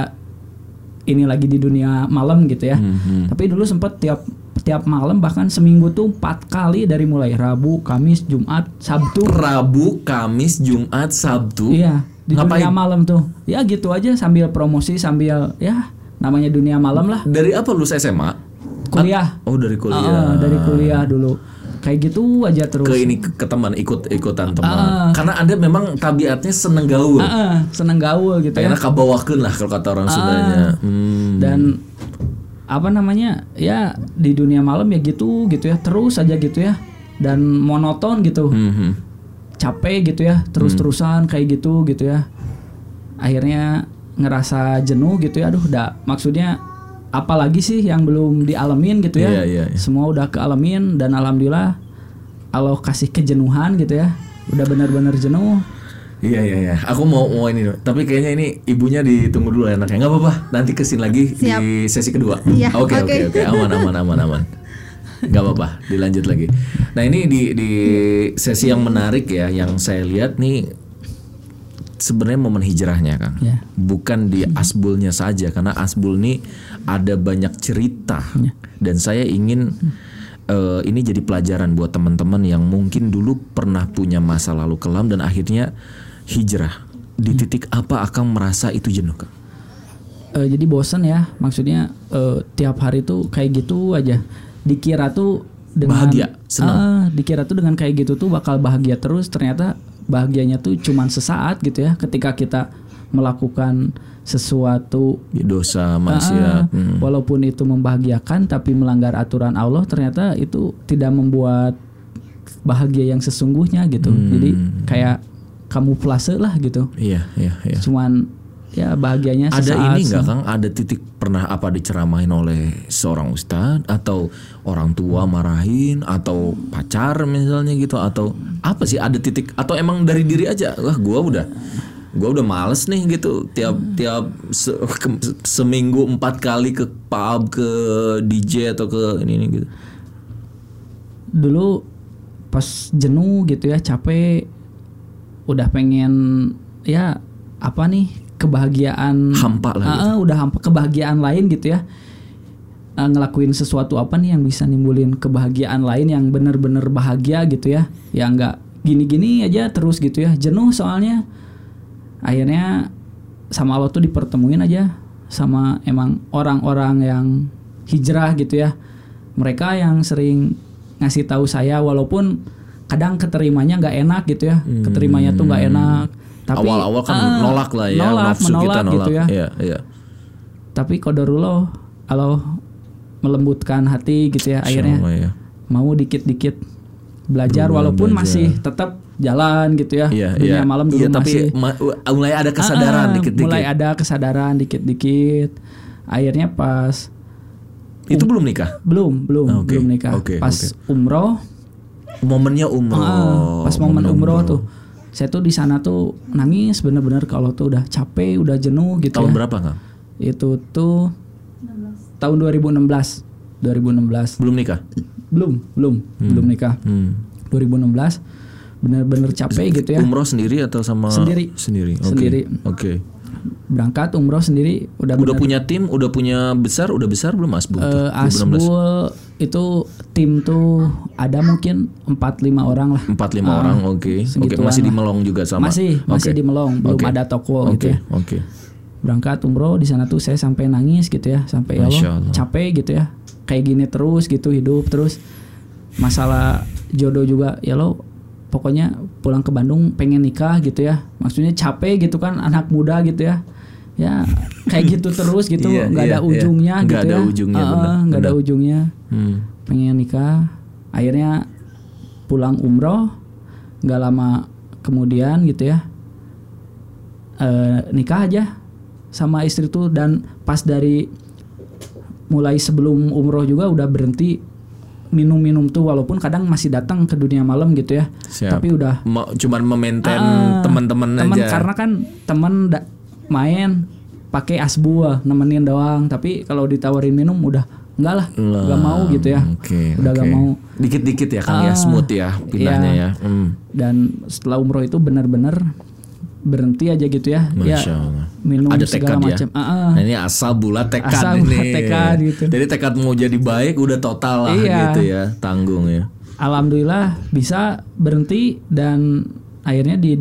Speaker 3: ini lagi di dunia malam gitu ya
Speaker 2: Hmm,
Speaker 3: tapi dulu sempet tiap tiap malam bahkan seminggu tuh empat kali dari mulai Rabu Kamis Jumat Sabtu
Speaker 2: Rabu, Kamis, Jumat, Sabtu.
Speaker 3: Iya, di
Speaker 2: Ngapain?
Speaker 3: dunia malam tuh. Ya gitu aja sambil promosi sambil ya namanya dunia malam lah,
Speaker 2: Dari apa lulus SMA?
Speaker 3: kuliah.
Speaker 2: Oh dari
Speaker 3: Ah,
Speaker 2: kuliah.
Speaker 3: dari kuliah dulu. Kayak gitu aja terus.
Speaker 2: Ke ini ke, ke teman ikut ikutan teman. Karena anda memang tabiatnya seneng gaul.
Speaker 3: Ah, ah, seneng gaul gitu ya.
Speaker 2: Pengennya kabawakeun lah kalau kata orang Sundanya.
Speaker 3: ah.
Speaker 2: Hmm.
Speaker 3: Dan apa namanya? Ya di dunia malam ya gitu gitu ya, terus aja gitu ya. Dan monoton gitu.
Speaker 2: Mhm.
Speaker 3: Capek gitu ya, terus-terusan kayak gitu gitu ya. Akhirnya ngerasa jenuh gitu ya. Aduh, udah maksudnya apalagi sih yang belum dialamin gitu ya.
Speaker 2: Iya, iya, iya.
Speaker 3: semua udah kealamin dan alhamdulillah Allah kasih kejenuhan gitu ya udah benar-benar jenuh
Speaker 2: Iya iya iya. Aku mau mau ini dulu. tapi kayaknya ini ibunya ditunggu dulu enaknya. Nggak apa-apa. Nanti kesin lagi
Speaker 4: Siap.
Speaker 2: di sesi kedua.
Speaker 4: Iya,
Speaker 2: Oke oke oke.
Speaker 4: oke.
Speaker 2: Aman aman aman aman. Nggak apa-apa. Dilanjut lagi. Nah ini di di sesi yang menarik ya. Yang saya lihat nih sebenarnya momen hijrahnya kang.
Speaker 3: Iya.
Speaker 2: Bukan di asbulnya saja karena asbul nih ada banyak cerita
Speaker 3: Ya.
Speaker 2: dan saya ingin
Speaker 3: Mm.
Speaker 2: eh, ini jadi pelajaran buat teman-teman yang mungkin dulu pernah punya masa lalu kelam dan akhirnya hijrah. Di
Speaker 3: Mm.
Speaker 2: titik apa akan merasa itu jenuh kang?
Speaker 3: Eh, jadi bosan ya maksudnya eh, tiap hari tuh kayak gitu aja dikira tuh dengan
Speaker 2: Bahagia, senang.
Speaker 3: Ah, dikira tuh dengan kayak gitu tuh bakal bahagia terus ternyata bahagianya tuh cuman sesaat gitu ya ketika kita melakukan sesuatu
Speaker 2: Ya, Dosa
Speaker 3: Ah,
Speaker 2: maksiat. Hmm.
Speaker 3: Walaupun itu membahagiakan tapi melanggar aturan Allah ternyata itu tidak membuat bahagia yang sesungguhnya gitu. Jadi
Speaker 2: Hmm.
Speaker 3: kayak kamuflase lah gitu.
Speaker 2: Iya iya iya.
Speaker 3: Cuman ya bahagianya
Speaker 2: Ada
Speaker 3: sesaat
Speaker 2: ini nggak
Speaker 3: sih.
Speaker 2: Kang? Ada titik pernah apa diceramain oleh seorang ustadz atau orang tua marahin atau pacar misalnya gitu atau apa sih ada titik atau emang dari diri aja lah gua udah gua udah males nih gitu tiap tiap se- ke- seminggu empat kali ke pub ke DJ atau ke ini ini gitu
Speaker 3: Hmm. Dulu pas jenuh gitu ya, capek udah pengen ya apa nih kebahagiaan
Speaker 2: hampa lah gitu.
Speaker 3: Ah, ah, udah hampa kebahagiaan lain gitu ya Ah, ngelakuin sesuatu apa nih yang bisa nimbulin kebahagiaan lain yang bener-bener bahagia gitu ya ya nggak gini-gini aja terus gitu ya jenuh soalnya akhirnya sama Allah tuh dipertemuin aja sama emang orang-orang yang hijrah gitu ya mereka yang sering ngasih tahu saya walaupun kadang keterimanya nggak enak gitu ya keterimanya tuh nggak enak Tapi
Speaker 2: Hmm. awal-awal kan
Speaker 3: Ah,
Speaker 2: nolak lah ya
Speaker 3: nolak,
Speaker 2: nafsu kita
Speaker 3: menolak
Speaker 2: nolak
Speaker 3: gitu ya.
Speaker 2: Iya, iya.
Speaker 3: Tapi kodarullah Allah melembutkan hati gitu ya akhirnya.
Speaker 2: Sama, iya.
Speaker 3: mau dikit-dikit belajar walaupun masih tetap jalan gitu ya
Speaker 2: Iya,
Speaker 3: dunia
Speaker 2: iya.
Speaker 3: malam dulu
Speaker 2: Iya, tapi
Speaker 3: masih
Speaker 2: ma- mulai ada kesadaran
Speaker 3: Ah, ah,
Speaker 2: dikit-dikit.
Speaker 3: mulai ada kesadaran dikit-dikit akhirnya pas
Speaker 2: Itu belum nikah.
Speaker 3: belum belum
Speaker 2: Ah, oke.
Speaker 3: belum nikah
Speaker 2: Oke, Oh,
Speaker 3: pas umroh
Speaker 2: Momennya umroh.
Speaker 3: ah, pas momen umroh tuh saya tuh di sana tuh nangis bener-bener kalau tuh udah capek udah jenuh gitu
Speaker 2: Tahun
Speaker 3: ya.
Speaker 2: berapa, Kang?
Speaker 3: itu tuh tahun 2016 2016
Speaker 2: Belum nikah.
Speaker 3: belum belum
Speaker 2: Hmm.
Speaker 3: belum nikah 2016 bener-bener capek gitu ya
Speaker 2: Umroh sendiri atau sama
Speaker 3: Sendiri.
Speaker 2: Sendiri. Oke.
Speaker 3: Sendiri.
Speaker 2: Oke.
Speaker 3: berangkat umroh sendiri udah
Speaker 2: Udah punya tim, udah punya besar, udah besar belum Mas Bung?
Speaker 3: eh, Asbul itu tim tuh ada mungkin 4 5 orang lah.
Speaker 2: Empat lima orang, oke, oke
Speaker 3: Ah, segituan
Speaker 2: masih di
Speaker 3: lah.
Speaker 2: Melong juga sama,
Speaker 3: Masih,
Speaker 2: Oke.
Speaker 3: masih di Melong, belum
Speaker 2: Oke.
Speaker 3: ada toko
Speaker 2: oke,
Speaker 3: gitu ya.
Speaker 2: oke,
Speaker 3: Berangkat umroh di sana tuh saya sampai nangis gitu ya, sampai ya
Speaker 2: Masya
Speaker 3: Allah,
Speaker 2: Allah.
Speaker 3: capek gitu ya. Kayak gini terus gitu hidup terus. Masalah jodoh juga ya lo pokoknya pulang ke Bandung pengen nikah gitu ya. Maksudnya capek gitu kan anak muda gitu ya. Ya kayak gitu terus gitu,
Speaker 2: Iya,
Speaker 3: nggak ada
Speaker 2: iya, iya.
Speaker 3: ujungnya gitu
Speaker 2: Nggak ada
Speaker 3: ya.
Speaker 2: ujungnya,
Speaker 3: Heeh,
Speaker 2: benar,
Speaker 3: nggak ada
Speaker 2: benar.
Speaker 3: ujungnya
Speaker 2: Hmm.
Speaker 3: pengen nikah akhirnya pulang umroh nggak lama kemudian gitu ya eh, nikah aja sama istri tuh dan pas dari mulai sebelum umroh juga udah berhenti minum-minum tuh walaupun kadang masih datang ke dunia malam gitu ya
Speaker 2: Siap.
Speaker 3: tapi udah
Speaker 2: Ma- cuman memaintain
Speaker 3: Ah,
Speaker 2: teman-teman
Speaker 3: temen,
Speaker 2: aja,
Speaker 3: karena kan temen da- main pakai asbua nemenin doang tapi kalau ditawarin minum udah enggak lah
Speaker 2: Lah,
Speaker 3: nggak mau gitu ya
Speaker 2: oke,
Speaker 3: udah nggak
Speaker 2: oke.
Speaker 3: mau
Speaker 2: dikit-dikit ya Kang ya,
Speaker 3: Ah,
Speaker 2: smooth ya pindahnya ya,
Speaker 3: iya.
Speaker 2: Hmm.
Speaker 3: dan setelah umroh itu benar-benar berhenti aja gitu ya
Speaker 2: Masya
Speaker 3: ya
Speaker 2: Allah.
Speaker 3: minum
Speaker 2: ada tekad
Speaker 3: segala
Speaker 2: ya.
Speaker 3: macam Ah, ah.
Speaker 2: Nah, ini asal bulat tekad
Speaker 3: Asal
Speaker 2: ini.
Speaker 3: bulat tekad gitu.
Speaker 2: Jadi tekad mau jadi baik udah total lah
Speaker 3: Iya.
Speaker 2: gitu ya, tanggung ya.
Speaker 3: alhamdulillah bisa berhenti dan akhirnya di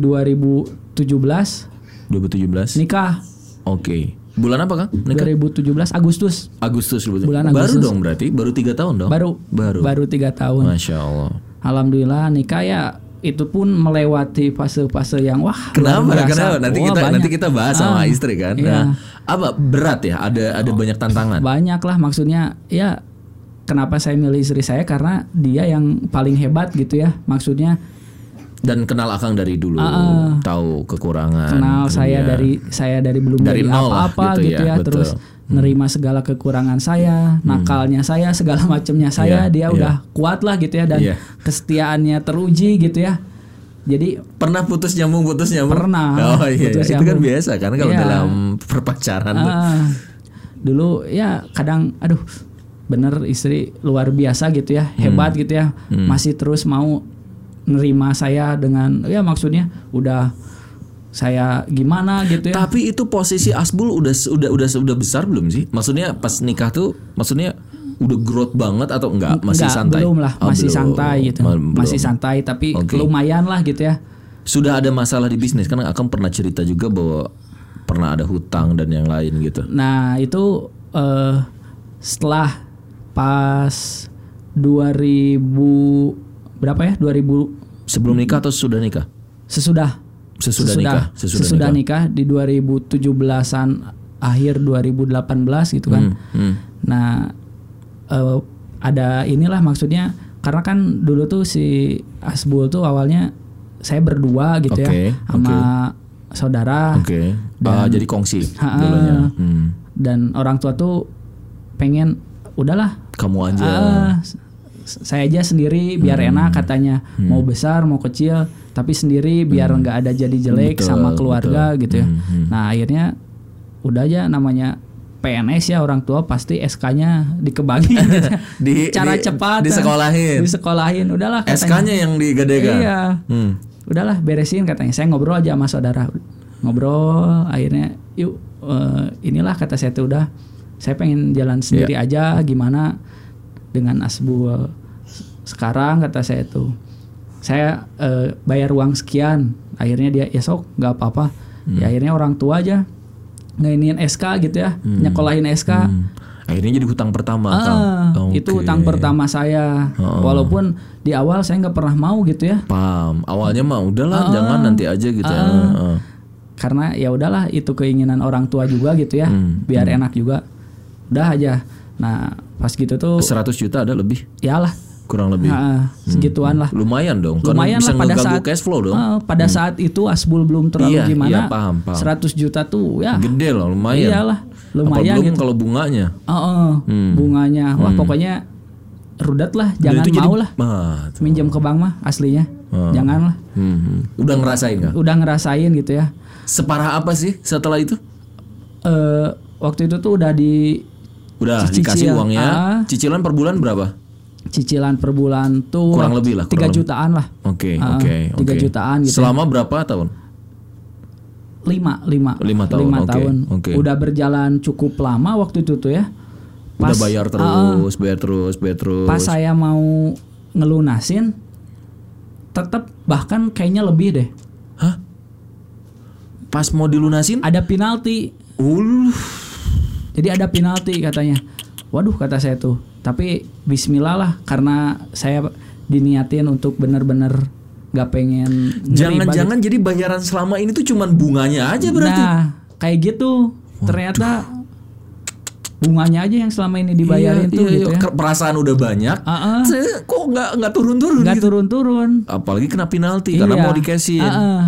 Speaker 3: 2017
Speaker 2: 2017.
Speaker 3: nikah
Speaker 2: Oke. Bulan apa Kang? Nikah?
Speaker 3: 2017 Agustus
Speaker 2: Agustus lu-
Speaker 3: Bulan
Speaker 2: Baru
Speaker 3: Agustus.
Speaker 2: dong berarti, baru tiga tahun dong.
Speaker 3: baru
Speaker 2: Baru.
Speaker 3: baru tiga tahun
Speaker 2: Masya Allah.
Speaker 3: Alhamdulillah nikah ya itu pun melewati fase-fase yang wah luar
Speaker 2: Kenapa?
Speaker 3: biasa.
Speaker 2: Kenapa? Nanti
Speaker 3: Wah,
Speaker 2: kita
Speaker 3: banyak. Ah,
Speaker 2: nanti kita bahas sama istri kan. Nah,
Speaker 3: iya. Oh.
Speaker 2: apa berat ya? Ada ada banyak tantangan.
Speaker 3: banyak lah maksudnya ya kenapa saya milih istri saya karena dia yang paling hebat gitu ya maksudnya
Speaker 2: Dan kenal Akang dari dulu,
Speaker 3: Ah,
Speaker 2: tahu kekurangan.
Speaker 3: kenal
Speaker 2: kelebihan.
Speaker 3: saya dari saya dari belum
Speaker 2: Nah, iya. Dari
Speaker 3: dari
Speaker 2: nol lah
Speaker 3: apa-apa
Speaker 2: gitu
Speaker 3: gitu,
Speaker 2: ya,
Speaker 3: ya,
Speaker 2: betul. Hmm.
Speaker 3: terus nerima segala kekurangan saya nakalnya saya segala macamnya saya
Speaker 2: Iya,
Speaker 3: dia
Speaker 2: iya.
Speaker 3: udah kuat lah gitu ya dan
Speaker 2: Iya.
Speaker 3: kesetiaannya teruji gitu ya jadi
Speaker 2: Pernah putus nyambung, putus nyambung.
Speaker 3: Pernah.
Speaker 2: Oh iya,
Speaker 3: Putus
Speaker 2: itu kan
Speaker 3: nyambung.
Speaker 2: biasa kan kalau
Speaker 3: Iya.
Speaker 2: dalam perpacaran. tuh.
Speaker 3: Ah, dulu ya kadang aduh bener istri luar biasa gitu ya
Speaker 2: Hmm.
Speaker 3: hebat gitu ya masih terus mau nerima saya dengan ya maksudnya udah saya gimana gitu ya
Speaker 2: Tapi itu posisi Asbul udah udah udah udah besar belum sih? Maksudnya pas nikah tuh maksudnya udah growth banget atau enggak? Ah, Masih
Speaker 3: Nggak,
Speaker 2: santai.
Speaker 3: belum lah
Speaker 2: Oh,
Speaker 3: masih
Speaker 2: belum.
Speaker 3: santai gitu
Speaker 2: Ma- belum.
Speaker 3: masih santai tapi
Speaker 2: Oke.
Speaker 3: lumayan lah gitu ya
Speaker 2: Sudah ada masalah di bisnis kan akan pernah cerita juga bahwa pernah ada hutang dan yang lain gitu.
Speaker 3: nah itu eh, setelah pas 2000 berapa ya 2000
Speaker 2: Sebelum nikah atau sudah nikah?
Speaker 3: sesudah
Speaker 2: Sesudah, nikah,
Speaker 3: sesudah, nikah. di 2017-an akhir 2018 gitu kan.
Speaker 2: Hmm.
Speaker 3: Nah, eh, ada inilah maksudnya karena kan dulu tuh si Asbul tuh awalnya saya berdua gitu
Speaker 2: Oke,
Speaker 3: ya sama saudara
Speaker 2: Oke. Ah, jadi kongsi
Speaker 3: Ha-ha.
Speaker 2: dulunya. Hmm.
Speaker 3: dan orang tua tuh pengen udahlah
Speaker 2: Kamu aja. Hmm.
Speaker 3: Ah, s- saya aja sendiri biar enak katanya mau besar mau kecil tapi sendiri biar nggak ada jadi jelek
Speaker 2: Hmm. Betul,
Speaker 3: sama
Speaker 2: betul.
Speaker 3: keluarga
Speaker 2: Hmm,
Speaker 3: gitu ya nah akhirnya udah aja namanya PNS ya orang tua pasti SK-nya dikebagi gitu ya.
Speaker 2: Di-
Speaker 3: cara
Speaker 2: di-
Speaker 3: cepat
Speaker 2: disekolahin.
Speaker 3: disekolahin udahlah katanya
Speaker 2: SK-nya yang digadekan.
Speaker 3: iya
Speaker 2: Hmm.
Speaker 3: udahlah beresin katanya saya ngobrol aja sama saudara ngobrol akhirnya yuk eh, inilah kata saya tuh udah saya pengen
Speaker 2: Iya.
Speaker 3: jalan sendiri aja gimana dengan asbul sekarang kata saya tuh saya eh, bayar uang sekian akhirnya dia esok nggak apa-apa ya
Speaker 2: Hmm.
Speaker 3: akhirnya orang tua aja ngainin SK gitu ya nyekolahin SK
Speaker 2: Hmm. Akhirnya jadi hutang pertama,
Speaker 3: Ah,
Speaker 2: Kang. Oke.
Speaker 3: itu utang pertama saya walaupun di awal saya nggak pernah mau gitu ya Ah,
Speaker 2: Paham. Awalnya mah udahlah jangan nanti aja gitu ya. Heeh.
Speaker 3: karena ya udahlah itu keinginan orang tua juga gitu ya
Speaker 2: Hmm,
Speaker 3: biar enak juga udah aja nah pas gitu tuh
Speaker 2: 100 Oh, juta ada lebih
Speaker 3: yalah
Speaker 2: kurang lebih
Speaker 3: nah, segituan lah
Speaker 2: lumayan dong kan
Speaker 3: lumayan
Speaker 2: bisa
Speaker 3: lah pada
Speaker 2: ngeganggu
Speaker 3: saat
Speaker 2: cash flow dong
Speaker 3: Eh, pada saat itu Asbul belum terlalu
Speaker 2: Hmm. Iya,
Speaker 3: gimana
Speaker 2: iya, paham, paham.
Speaker 3: 100 juta tuh ya
Speaker 2: gede loh lumayan
Speaker 3: iyalah
Speaker 2: Apa
Speaker 3: lumayan
Speaker 2: belum
Speaker 3: gitu
Speaker 2: kalau bunganya
Speaker 3: Eh, eh, bunganya wah pokoknya rudat lah
Speaker 2: Dan
Speaker 3: jangan
Speaker 2: itu jadi-
Speaker 3: mau lah
Speaker 2: Ah, tuh.
Speaker 3: minjem ke bank mah aslinya jangan lah
Speaker 2: Hmm. udah ngerasain nggak
Speaker 3: udah ngerasain gitu ya
Speaker 2: separah apa sih setelah itu
Speaker 3: eh waktu itu tuh udah di
Speaker 2: udah
Speaker 3: Cicil.
Speaker 2: dikasih uangnya
Speaker 3: Ah.
Speaker 2: cicilan per bulan berapa
Speaker 3: cicilan per bulan tuh
Speaker 2: Kurang lebih lah,
Speaker 3: tiga
Speaker 2: kurang lebih.
Speaker 3: jutaan lah
Speaker 2: oke
Speaker 3: Ah,
Speaker 2: oke
Speaker 3: tiga
Speaker 2: oke.
Speaker 3: jutaan gitu
Speaker 2: selama berapa tahun
Speaker 3: lima lima
Speaker 2: Lima tahun, oke,
Speaker 3: tahun.
Speaker 2: oke.
Speaker 3: udah berjalan cukup lama waktu itu tuh ya
Speaker 2: udah bayar terus bayar terus bayar terus
Speaker 3: ah, pas saya mau ngelunasin tetap bahkan kayaknya lebih deh
Speaker 2: hah pas mau dilunasin
Speaker 3: ada penalti
Speaker 2: uluh
Speaker 3: jadi ada penalti katanya waduh kata saya tuh tapi Bismillah lah karena saya diniatin untuk bener-bener gak pengen ngeribet.
Speaker 2: jangan-jangan jadi bayaran selama ini tuh cuman bunganya aja berarti
Speaker 3: Nah, kayak gitu. Ternyata bunganya aja yang selama ini dibayarin
Speaker 2: Iya,
Speaker 3: tuh
Speaker 2: iya,
Speaker 3: gitu
Speaker 2: iya.
Speaker 3: ya.
Speaker 2: Ke- perasaan udah banyak
Speaker 3: Ah, ah.
Speaker 2: saya kok nggak nggak turun-turun
Speaker 3: Nggak
Speaker 2: gitu
Speaker 3: turun-turun.
Speaker 2: apalagi kena penalti karena
Speaker 3: Iya.
Speaker 2: mau dikesin
Speaker 3: Ah, ah.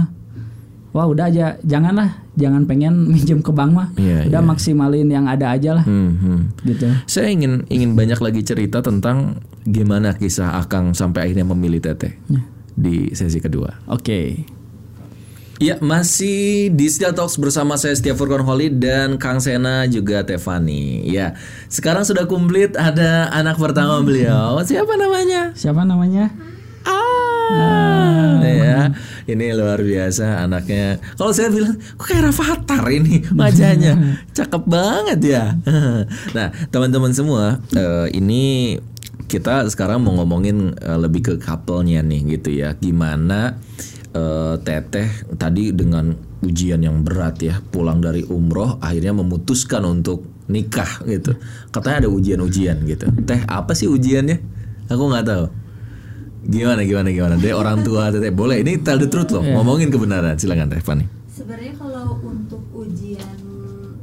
Speaker 3: Wah, udah aja. Janganlah, jangan pengen minjem ke bank mah.
Speaker 2: Iya,
Speaker 3: udah maksimalin yang ada aja lah
Speaker 2: Hmm, hmm.
Speaker 3: gitu.
Speaker 2: saya ingin ingin banyak lagi cerita tentang gimana kisah Akang sampai akhirnya memilih Teteh
Speaker 3: Ya.
Speaker 2: di sesi kedua
Speaker 3: Oke.
Speaker 2: Ya masih di Setia Talks bersama saya Setia Furkon Holly dan Kang Sena juga Tevani Ya sekarang sudah komplit ada anak pertama beliau Siapa namanya?
Speaker 3: Siapa namanya?
Speaker 2: Ah, ya ini luar biasa anaknya. Kalau saya bilang, kok kayak Rafathar ini wajahnya, cakep banget ya. nah, teman-teman semua, eh, ini kita sekarang mau ngomongin eh, lebih ke couple-nya nih gitu ya. Gimana eh, Teteh tadi dengan ujian yang berat ya, pulang dari umroh akhirnya memutuskan untuk nikah gitu. Katanya ada ujian-ujian gitu. Teh, apa sih ujiannya? Aku nggak tahu. Gimana gimana gimana dari orang tua teteh boleh ini tell the truth
Speaker 3: Iya.
Speaker 2: loh ngomongin kebenaran silakan teh Fani.
Speaker 4: Sebenarnya kalau untuk ujian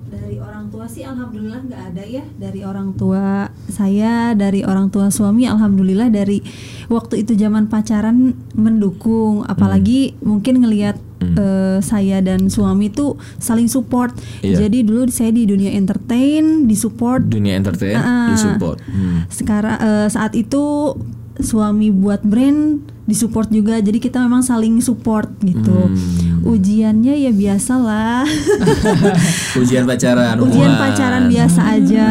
Speaker 4: dari orang tua sih alhamdulillah nggak ada ya dari orang tua saya dari orang tua suami alhamdulillah dari waktu itu zaman pacaran mendukung apalagi mungkin ngelihat eh, saya dan suami tuh saling support
Speaker 2: Iya.
Speaker 4: jadi dulu saya di dunia entertain disupport
Speaker 2: Dunia entertain
Speaker 4: Ah.
Speaker 2: disupport. Hmm.
Speaker 4: sekarang eh, saat itu suami buat brand disupport juga jadi kita memang saling support gitu
Speaker 2: Hmm.
Speaker 4: ujiannya ya biasalah
Speaker 2: Ujian pacaran.
Speaker 4: ujian
Speaker 2: hubungan.
Speaker 4: pacaran biasa aja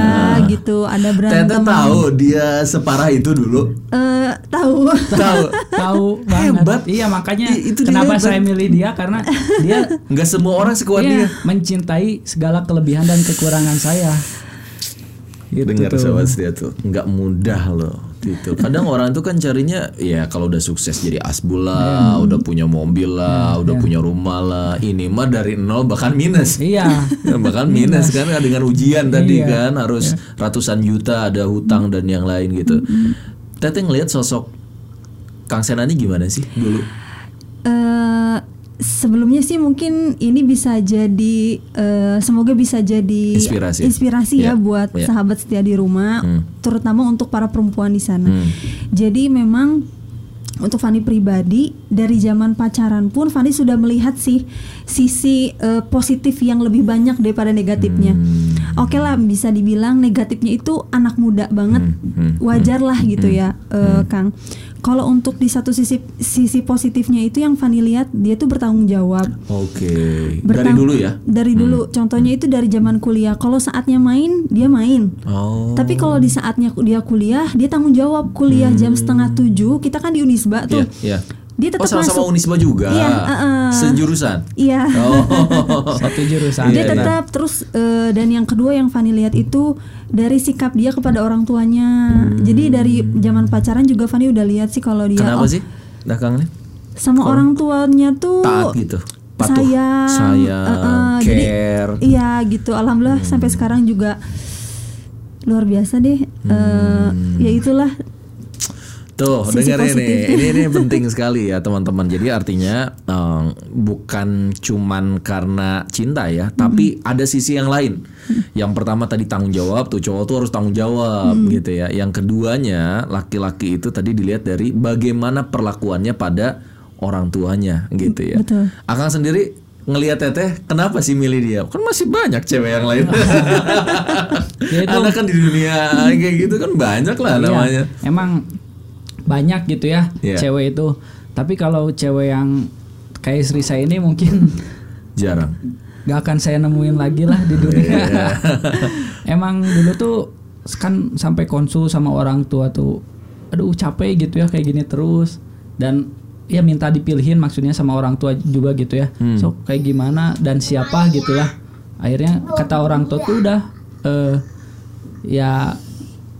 Speaker 4: gitu ada
Speaker 2: Teteh
Speaker 4: berantem
Speaker 2: Hmm. tahu dia separah itu dulu.
Speaker 4: Eh, tahu
Speaker 2: Tahu.
Speaker 3: Tahu banget.
Speaker 2: Hebat.
Speaker 3: Iya, makanya
Speaker 2: I- itu dia
Speaker 3: kenapa
Speaker 2: hebat.
Speaker 3: saya milih dia karena dia
Speaker 2: Nggak semua orang sekuat dia.
Speaker 3: Iya, mencintai segala kelebihan dan kekurangan saya. Gitu
Speaker 2: Dengar
Speaker 3: tuh.
Speaker 2: sobat setia tuh nggak mudah loh gitu. Kadang orang tuh kan carinya ya kalau udah sukses jadi asbul lah,
Speaker 3: Iya.
Speaker 2: udah punya mobil lah, udah punya rumah lah. Ini mah dari nol bahkan minus.
Speaker 3: Iya.
Speaker 2: Ya, bahkan minus kan dengan ujian tadi
Speaker 4: Iya.
Speaker 2: kan harus ratusan juta ada hutang dan yang lain gitu. Teteh ngelihat sosok Kang Sena ini gimana sih dulu?
Speaker 4: Eh, sebelumnya sih mungkin ini bisa jadi eh, semoga bisa jadi
Speaker 2: Inspirasi.
Speaker 4: inspirasi
Speaker 2: Ya,
Speaker 4: ya buat
Speaker 2: ya. Hmm.
Speaker 4: sahabat setia di rumah terutama untuk para perempuan di sana jadi memang untuk Fani pribadi dari zaman pacaran pun Fani sudah melihat sih sisi eh, positif yang lebih banyak daripada negatifnya.
Speaker 2: Hmm.
Speaker 4: Oke lah bisa dibilang negatifnya itu anak muda banget,
Speaker 2: Hmm.
Speaker 4: wajar lah gitu ya eh, Kang. Kalau untuk di satu sisi sisi positifnya itu yang Fani lihat dia tuh bertanggung jawab.
Speaker 2: Oke, dari
Speaker 4: Bertang-
Speaker 2: dulu ya. Hmm.
Speaker 4: Dari dulu, contohnya itu dari zaman kuliah. Kalau saatnya main dia main.
Speaker 2: Oh,
Speaker 4: Tapi kalau di saatnya ku- dia kuliah, dia tanggung jawab kuliah jam setengah tujuh. Kita kan di Unisba tuh.
Speaker 2: Hmm. iya, iya.
Speaker 4: Dia
Speaker 2: oh
Speaker 4: tetap
Speaker 2: sama-sama
Speaker 4: masuk.
Speaker 2: Unisba juga.
Speaker 4: Iya, uh-uh.
Speaker 2: Sejurusan.
Speaker 4: Iya.
Speaker 2: Oh.
Speaker 3: Satu jurusan.
Speaker 4: Dia
Speaker 2: Iya,
Speaker 4: tetap terus eh, dan yang kedua yang Fani lihat itu dari sikap dia kepada orang tuanya. Jadi dari zaman pacaran juga Fani udah lihat sih kalau dia
Speaker 2: Hmm. Kenapa
Speaker 4: oh,
Speaker 2: sih? Nah, Kang nih
Speaker 4: sama orang tuanya tuh
Speaker 2: taat gitu. Patuh.
Speaker 4: sayang,
Speaker 2: Sayang,
Speaker 4: eh, eh, jadi-
Speaker 2: care. Hmm.
Speaker 4: iya gitu. Alhamdulillah sampai sekarang
Speaker 2: Hmm.
Speaker 4: juga luar biasa deh. Eh, ya itulah
Speaker 2: Tuh,
Speaker 4: Sisi
Speaker 2: dengar ini.
Speaker 4: positifnya.
Speaker 2: Ini ini penting sekali ya, teman-teman. Jadi artinya em, bukan cuman karena cinta ya, tapi
Speaker 4: Mm-hmm.
Speaker 2: ada sisi yang lain. Yang pertama tadi tanggung jawab, tuh cowok tuh harus tanggung jawab
Speaker 4: Mm-hmm.
Speaker 2: gitu ya. Yang keduanya, laki-laki itu tadi dilihat dari bagaimana perlakuannya pada orang tuanya gitu ya.
Speaker 4: Betul.
Speaker 2: Akang sendiri ngelihat teteh kenapa sih milih dia kan masih banyak cewek yang lain
Speaker 4: Ya
Speaker 2: anak kan di dunia kayak gitu kan banyak lah
Speaker 3: Ya Iya,
Speaker 2: namanya
Speaker 3: Emang banyak gitu ya
Speaker 2: Iya.
Speaker 3: cewek itu. Tapi kalau cewek yang kayak istri saya ini mungkin
Speaker 2: jarang
Speaker 3: gak akan saya nemuin lagi lah di
Speaker 2: Iya,
Speaker 3: dunia. Emang dulu tuh kan sampai konsul sama orang tua tuh, aduh capek gitu ya kayak gini terus dan ya minta dipilihin maksudnya sama orang tua juga gitu ya.
Speaker 2: Hmm.
Speaker 3: So kayak gimana dan siapa gitu lah. Akhirnya kata orang tua tuh udah eh, ya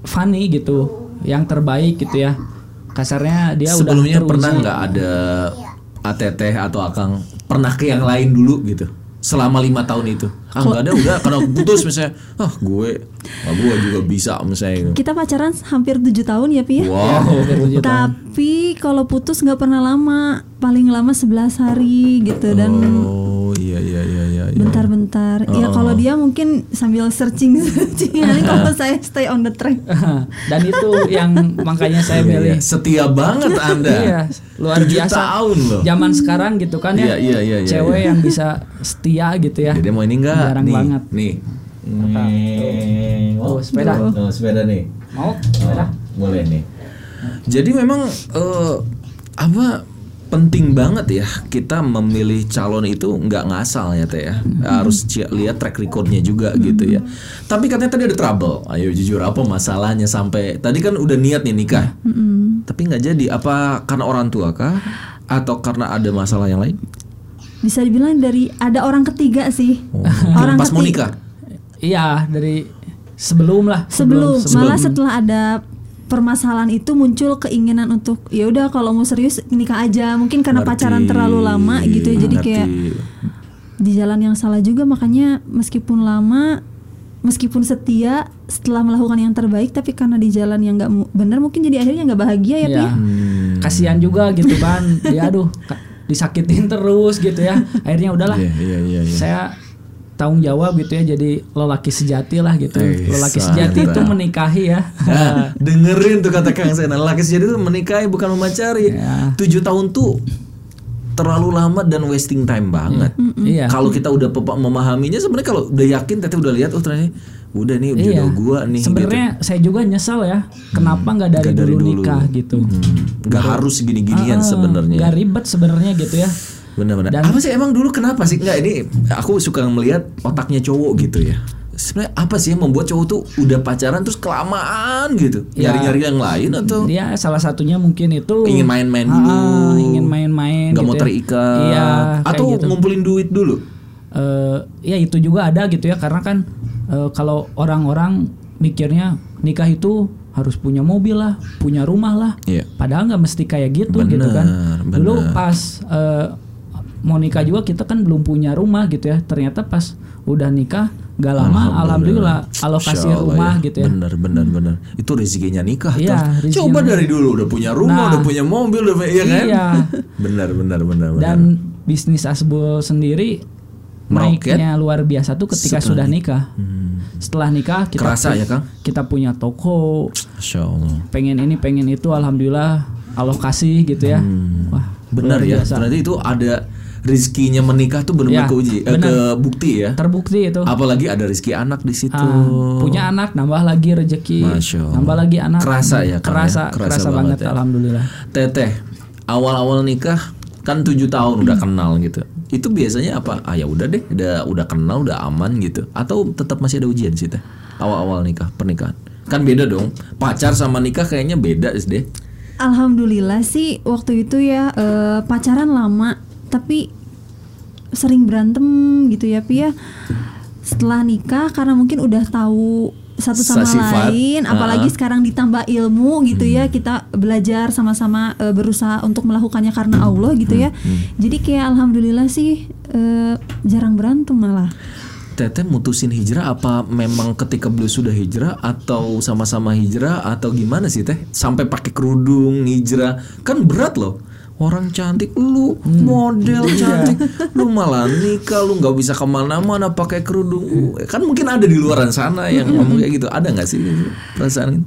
Speaker 3: funny gitu, yang terbaik gitu ya. Kasarnya dia
Speaker 2: sebelumnya
Speaker 3: Ya, udah teruji.
Speaker 2: pernah nggak ada ATT atau akang pernah ke yang lain dulu gitu selama lima tahun itu ah nggak ada udah karena putus misalnya ah gue ah, gue juga bisa misalnya gitu.
Speaker 3: Gitu.
Speaker 4: Kita pacaran hampir 7 tahun ya Pi ya?
Speaker 2: wow
Speaker 4: Tapi kalau putus nggak pernah lama, paling lama 11 hari gitu dan
Speaker 2: oh iya iya iya iya iya. Oh.
Speaker 4: bentar-bentar. Ya kalau dia mungkin sambil searching searching, Nanti kalau saya stay on the track.
Speaker 3: dan itu yang makanya saya
Speaker 2: Iya, iya.
Speaker 3: milih
Speaker 2: setia banget anda
Speaker 3: Iya, luar
Speaker 2: Tujuh
Speaker 3: biasa.
Speaker 2: tahun loh
Speaker 3: Zaman sekarang gitu kan
Speaker 2: Iya,
Speaker 3: ya.
Speaker 2: iya, iya, iya,
Speaker 3: cewek
Speaker 2: iya.
Speaker 3: yang bisa setia gitu ya.
Speaker 2: jadi mau ini nggak
Speaker 3: Jarang
Speaker 2: nih
Speaker 3: banget.
Speaker 2: nih
Speaker 3: Tuh, sepeda.
Speaker 2: Tuh, sepeda nih
Speaker 3: Mau? Merah?
Speaker 2: boleh nih. Jadi memang eh, apa penting banget ya kita memilih calon itu nggak ngasal ya teh ya
Speaker 4: Hmm.
Speaker 2: harus ci- lihat track recordnya juga gitu ya. Tapi katanya tadi ada trouble. Ayo jujur apa masalahnya sampai tadi kan udah niat nih nikah.
Speaker 4: Hmm.
Speaker 2: Tapi nggak jadi apa karena orang tua kah atau karena ada masalah yang lain?
Speaker 4: Bisa dibilang dari ada orang ketiga sih. Orang
Speaker 2: Oh. Pas mau
Speaker 4: ketiga.
Speaker 2: nikah.
Speaker 3: Iya, dari sebelum lah.
Speaker 4: Sebelum, malah setelah ada permasalahan itu muncul keinginan untuk ya udah kalau mau serius nikah aja mungkin karena
Speaker 2: Ngerti.
Speaker 4: pacaran terlalu lama gitu jadi
Speaker 2: Ngerti.
Speaker 4: kayak di jalan yang salah juga makanya meskipun lama meskipun setia setelah melakukan yang terbaik tapi karena di jalan yang nggak mu- benar mungkin jadi akhirnya nggak bahagia ya Pi
Speaker 3: Iya.
Speaker 2: Hmm.
Speaker 3: Kasihan juga gitu kan. Dia aduh ka- disakitin terus gitu ya. Akhirnya udahlah.
Speaker 2: Iya, iya, iya, iya.
Speaker 3: Saya tanggung jawab gitu ya jadi lelaki sejati lah gitu.
Speaker 2: Eh,
Speaker 3: lelaki sejati itu
Speaker 2: mantap.
Speaker 3: menikahi ya.
Speaker 2: Nah, dengerin tuh kata Kang Sena laki sejati itu menikahi bukan memacari
Speaker 3: Ya.
Speaker 2: tujuh tahun tuh terlalu lama dan wasting time banget
Speaker 3: Iya.
Speaker 2: kalau kita udah pepa- memahaminya sebenarnya kalau udah yakin teteh udah lihat oh ternyata udah nih jodoh gua nih
Speaker 3: Iya.
Speaker 2: gitu.
Speaker 3: Sebenarnya saya juga nyesel ya, kenapa nggak dari,
Speaker 2: Nggak dari
Speaker 3: dulu,
Speaker 2: dulu.
Speaker 3: nikah gitu.
Speaker 2: gitu. nggak harus gini ginian sebenarnya
Speaker 3: Nggak ribet sebenarnya gitu ya.
Speaker 2: benar-benar
Speaker 3: Dan-
Speaker 2: apa sih emang dulu kenapa sih nggak ini aku suka melihat otaknya cowok gitu ya sebenarnya apa sih yang membuat cowok tuh udah pacaran terus kelamaan gitu
Speaker 3: Ya.
Speaker 2: nyari-nyari yang lain atau
Speaker 3: Dia salah satunya mungkin itu
Speaker 2: Ingin main-main
Speaker 3: Ah,
Speaker 2: dulu.
Speaker 3: ingin main-main.
Speaker 2: nggak
Speaker 3: gitu
Speaker 2: mau
Speaker 3: ya.
Speaker 2: terikat
Speaker 3: Iya. kayak
Speaker 2: atau
Speaker 3: gitu.
Speaker 2: ngumpulin duit dulu
Speaker 3: Eh, ya itu juga ada gitu ya karena kan eh, kalau orang-orang mikirnya nikah itu harus punya mobil lah, punya rumah lah.
Speaker 2: Iya.
Speaker 3: Padahal nggak mesti kayak gitu
Speaker 2: Bener,
Speaker 3: gitu kan. Dulu
Speaker 2: bener.
Speaker 3: pas eh, mau nikah juga kita kan belum punya rumah gitu ya. Ternyata pas udah nikah gak lama alhamdulillah, alokasi
Speaker 2: Insya Allah
Speaker 3: rumah
Speaker 2: ya.
Speaker 3: gitu ya.
Speaker 2: benar benar benar itu rezekinya nikah tuh.
Speaker 3: Iya, rezekinya
Speaker 2: coba dari dulu udah punya rumah
Speaker 3: Nah.
Speaker 2: udah punya mobil udah punya- iya kan
Speaker 3: Iya.
Speaker 2: benar benar benar benar
Speaker 3: Dan bisnis asbol sendiri
Speaker 2: Meroket. Hmm.
Speaker 3: naiknya luar biasa tuh ketika sudah nikah. Setelah nikah kita
Speaker 2: Kerasa ya, Kang?
Speaker 3: Kita punya toko,
Speaker 2: Masya Allah
Speaker 3: pengen ini pengen itu alhamdulillah alokasi gitu ya wah
Speaker 2: benar
Speaker 3: luar
Speaker 2: ya
Speaker 3: biasa.
Speaker 2: ternyata itu ada rezekinya menikah tuh benar-benar
Speaker 3: Ya,
Speaker 2: keuji eh,
Speaker 3: benar.
Speaker 2: kebukti ya
Speaker 3: terbukti itu
Speaker 2: apalagi ada rezeki anak di situ
Speaker 3: Ah, punya anak nambah lagi rezeki
Speaker 2: Masya Allah.
Speaker 3: nambah lagi anak
Speaker 2: Kerasa ya, Kang,
Speaker 3: kerasa
Speaker 2: ya? Kerasa
Speaker 3: kerasa,
Speaker 2: banget
Speaker 3: banget,
Speaker 2: ya.
Speaker 3: alhamdulillah
Speaker 2: Teteh, awal-awal nikah kan tujuh tahun udah kenal gitu. Itu biasanya apa? Ah ya udah deh, udah udah kenal, udah aman gitu. Atau tetap masih ada ujian sih teh? Awal-awal nikah pernikahan. Kan beda dong. Pacar sama nikah kayaknya beda is deh.
Speaker 4: Alhamdulillah sih waktu itu ya eh, pacaran lama tapi sering berantem gitu ya Pia. Setelah nikah karena mungkin udah tahu satu sama
Speaker 2: Sasifat.
Speaker 4: lain,
Speaker 2: Ah.
Speaker 4: apalagi sekarang ditambah ilmu gitu ya kita belajar sama-sama eh, berusaha untuk melakukannya karena Allah gitu ya. Jadi kayak alhamdulillah sih eh, jarang berantem malah.
Speaker 2: Teteh mutusin hijrah apa memang ketika beliau sudah hijrah atau sama-sama hijrah atau gimana sih Teh? Sampai pakai kerudung hijrah kan berat loh. Orang cantik lu model cantik lu malah nikah lu nggak bisa kemana-mana pakai kerudung kan mungkin ada di luaran sana yang ngomong kayak gitu ada nggak sih perasaan itu?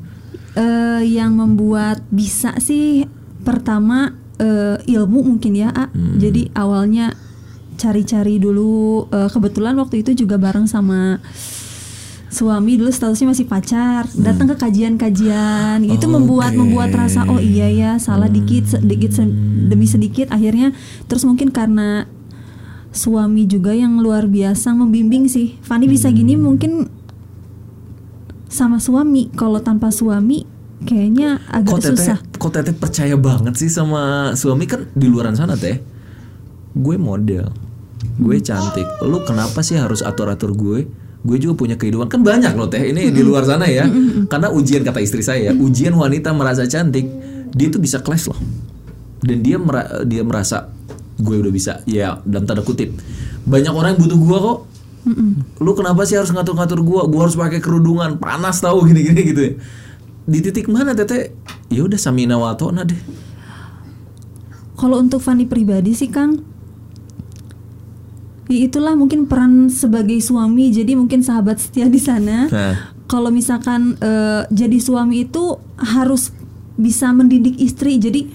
Speaker 4: Eh, yang membuat bisa sih pertama eh, ilmu mungkin ya A. jadi awalnya cari-cari dulu eh, kebetulan waktu itu juga bareng sama suami dulu statusnya masih pacar datang ke kajian-kajian itu membuat membuat rasa oh iya ya salah dikit sedikit se- demi sedikit akhirnya terus mungkin karena suami juga yang luar biasa membimbing sih Fani bisa gini
Speaker 2: Hmm.
Speaker 4: mungkin sama suami kalau tanpa suami kayaknya
Speaker 2: kok
Speaker 4: agak
Speaker 2: teteh,
Speaker 4: susah
Speaker 2: Kok teteh percaya banget sih sama suami kan di luaran sana teh. Gue model, gue
Speaker 4: Hmm.
Speaker 2: cantik. Lu kenapa sih harus atur atur gue? Gue juga punya kehidupan kan banyak loh teh. Ini
Speaker 4: Hmm.
Speaker 2: di luar sana ya. Karena ujian kata istri saya, ujian wanita merasa cantik, dia tuh bisa clash loh. Dan dia mera- dia merasa gue udah bisa. Ya dalam tanda kutip. Banyak orang yang butuh gue kok. Lu kenapa sih harus ngatur-ngatur gue? Gue harus pakai kerudungan, panas tahu gini-gini gitu ya di titik mana teteh ya udah samina watona deh
Speaker 4: kalau untuk Fani pribadi sih Kang ya itulah mungkin peran sebagai suami jadi mungkin sahabat setia di sana
Speaker 2: Nah.
Speaker 4: kalau misalkan eh, jadi suami itu harus bisa mendidik istri jadi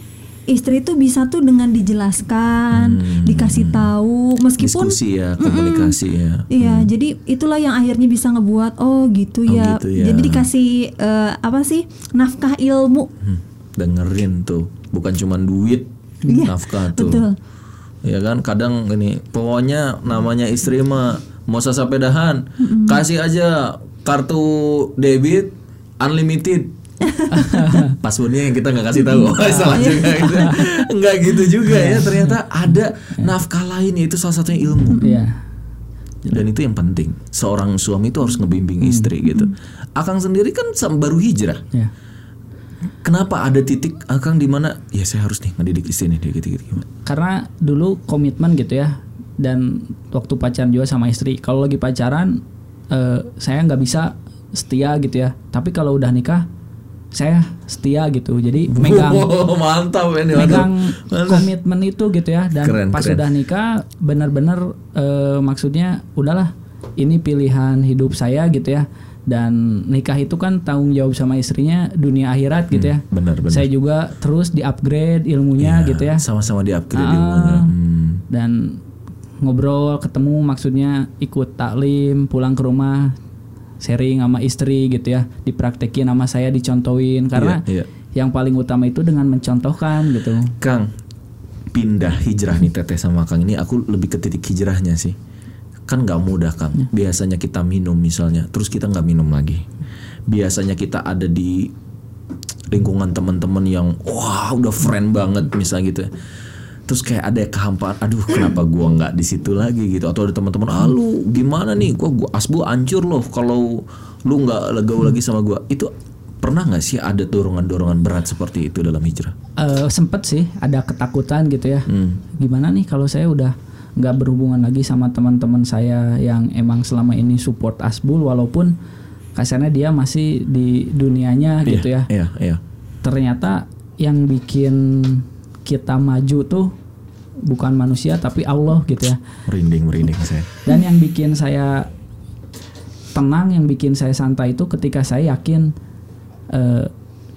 Speaker 4: istri itu bisa tuh dengan dijelaskan dikasih tahu meskipun
Speaker 2: Hmm. diskusi ya komunikasi ya
Speaker 4: Iya, jadi itulah yang akhirnya bisa ngebuat oh gitu
Speaker 2: Oh,
Speaker 4: ya.
Speaker 2: gitu ya.
Speaker 4: Jadi dikasih eh, apa sih nafkah ilmu.
Speaker 2: Hmm, dengerin tuh bukan cuman duit
Speaker 4: Iya,
Speaker 2: nafkah tuh
Speaker 4: betul.
Speaker 2: ya kan kadang ini pokoknya namanya istri mah mau sampai dahan kasih aja kartu debit unlimited passwordnya yang kita nggak kasih tahu
Speaker 4: Iya.
Speaker 2: Wah, salah juga itu nggak gitu juga ya ternyata ada
Speaker 4: Iya.
Speaker 2: nafkah lain yaitu salah satunya ilmu
Speaker 3: Iya.
Speaker 2: dan itu yang penting seorang suami itu harus ngebimbing
Speaker 4: Mm.
Speaker 2: istri gitu akang sendiri kan sam- baru hijrah
Speaker 3: Iya.
Speaker 2: kenapa ada titik akang di mana ya saya harus nih ngedidik istri nih dia gitu gitu gimana
Speaker 3: karena dulu komitmen gitu ya dan waktu pacaran juga sama istri kalau lagi pacaran eh, saya nggak bisa setia gitu ya tapi kalau udah nikah saya setia gitu jadi megang
Speaker 2: Wow, mantap ini mantap.
Speaker 3: megang komitmen itu gitu ya dan
Speaker 2: Keren,
Speaker 3: pas
Speaker 2: keren.
Speaker 3: udah nikah benar-benar eh, maksudnya udahlah ini pilihan hidup saya gitu ya dan nikah itu kan tanggung jawab sama istrinya dunia akhirat gitu ya
Speaker 2: Hmm, benar, Iya. benar.
Speaker 3: saya juga terus di upgrade ilmunya gitu ya
Speaker 2: sama-sama di upgrade
Speaker 3: Ah.
Speaker 2: ilmunya Hmm.
Speaker 3: dan ngobrol ketemu maksudnya ikut taklim pulang ke rumah sharing sama istri gitu ya dipraktekin sama saya dicontohin karena
Speaker 2: Iya, iya.
Speaker 3: yang paling utama itu dengan mencontohkan gitu
Speaker 2: Kang pindah hijrah nih teteh sama Kang ini aku lebih ke titik hijrahnya sih kan nggak mudah Kang biasanya kita minum misalnya terus kita nggak minum lagi biasanya kita ada di lingkungan teman-teman yang wah udah friend banget misalnya gitu terus kayak ada kehampaan aduh kenapa gua nggak di situ lagi gitu atau ada teman-teman ah lu gimana nih gua gua asbu hancur loh kalau lu nggak gaul lagi sama gua itu pernah nggak sih ada dorongan-dorongan berat seperti itu dalam hijrah
Speaker 3: Eh, sempet sih ada ketakutan gitu ya
Speaker 2: Hmm.
Speaker 3: gimana nih kalau saya udah nggak berhubungan lagi sama teman-teman saya yang emang selama ini support Asbul walaupun kasarnya dia masih di dunianya gitu ya
Speaker 2: Iya, iya.
Speaker 3: ternyata yang bikin kita maju tuh bukan manusia tapi Allah gitu ya.
Speaker 2: Merinding, merinding saya.
Speaker 3: Dan yang bikin saya tenang, yang bikin saya santai itu ketika saya yakin eh,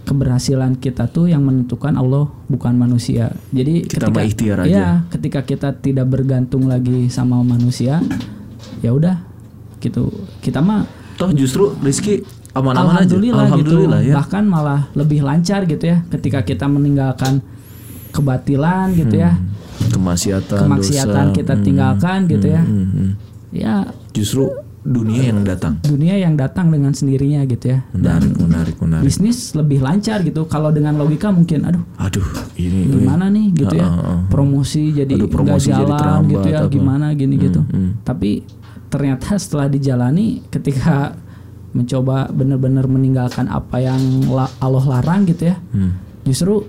Speaker 3: keberhasilan kita tuh yang menentukan Allah bukan manusia. Jadi
Speaker 2: Kita
Speaker 3: ketika
Speaker 2: mah ikhtiar aja.
Speaker 3: Iya, ketika kita tidak bergantung lagi sama manusia, ya udah gitu. Kita mah
Speaker 2: Toh justru Rizky aman-aman aja.
Speaker 3: alhamdulillah,
Speaker 2: Alhamdulillah
Speaker 3: gitu.
Speaker 2: ya.
Speaker 3: Bahkan malah lebih lancar gitu ya ketika kita meninggalkan kebatilan gitu ya,
Speaker 2: Kemaksiatan,
Speaker 3: kemaksiatan
Speaker 2: Hmm. dosa.
Speaker 3: kita
Speaker 2: Hmm,
Speaker 3: tinggalkan gitu ya.
Speaker 2: hmm, hmm.
Speaker 3: Ya
Speaker 2: Justru dunia yang datang.
Speaker 3: dunia yang datang dengan sendirinya gitu ya.
Speaker 2: Menarik, menarik, menarik.
Speaker 3: Bisnis lebih lancar gitu. Kalau dengan logika mungkin aduh
Speaker 2: Aduh, ini ini.
Speaker 3: gimana nih gitu ya.
Speaker 2: Ah, ah, ah.
Speaker 3: Promosi jadi
Speaker 2: Aduh,
Speaker 3: nggak
Speaker 2: promosi jadi
Speaker 3: jalan
Speaker 2: terambat
Speaker 3: gitu ya
Speaker 2: apa.
Speaker 3: gimana gini gitu.
Speaker 2: hmm.
Speaker 3: Tapi ternyata setelah dijalani ketika mencoba benar-benar meninggalkan apa yang la- Allah larang gitu ya.
Speaker 2: Hmm.
Speaker 3: justru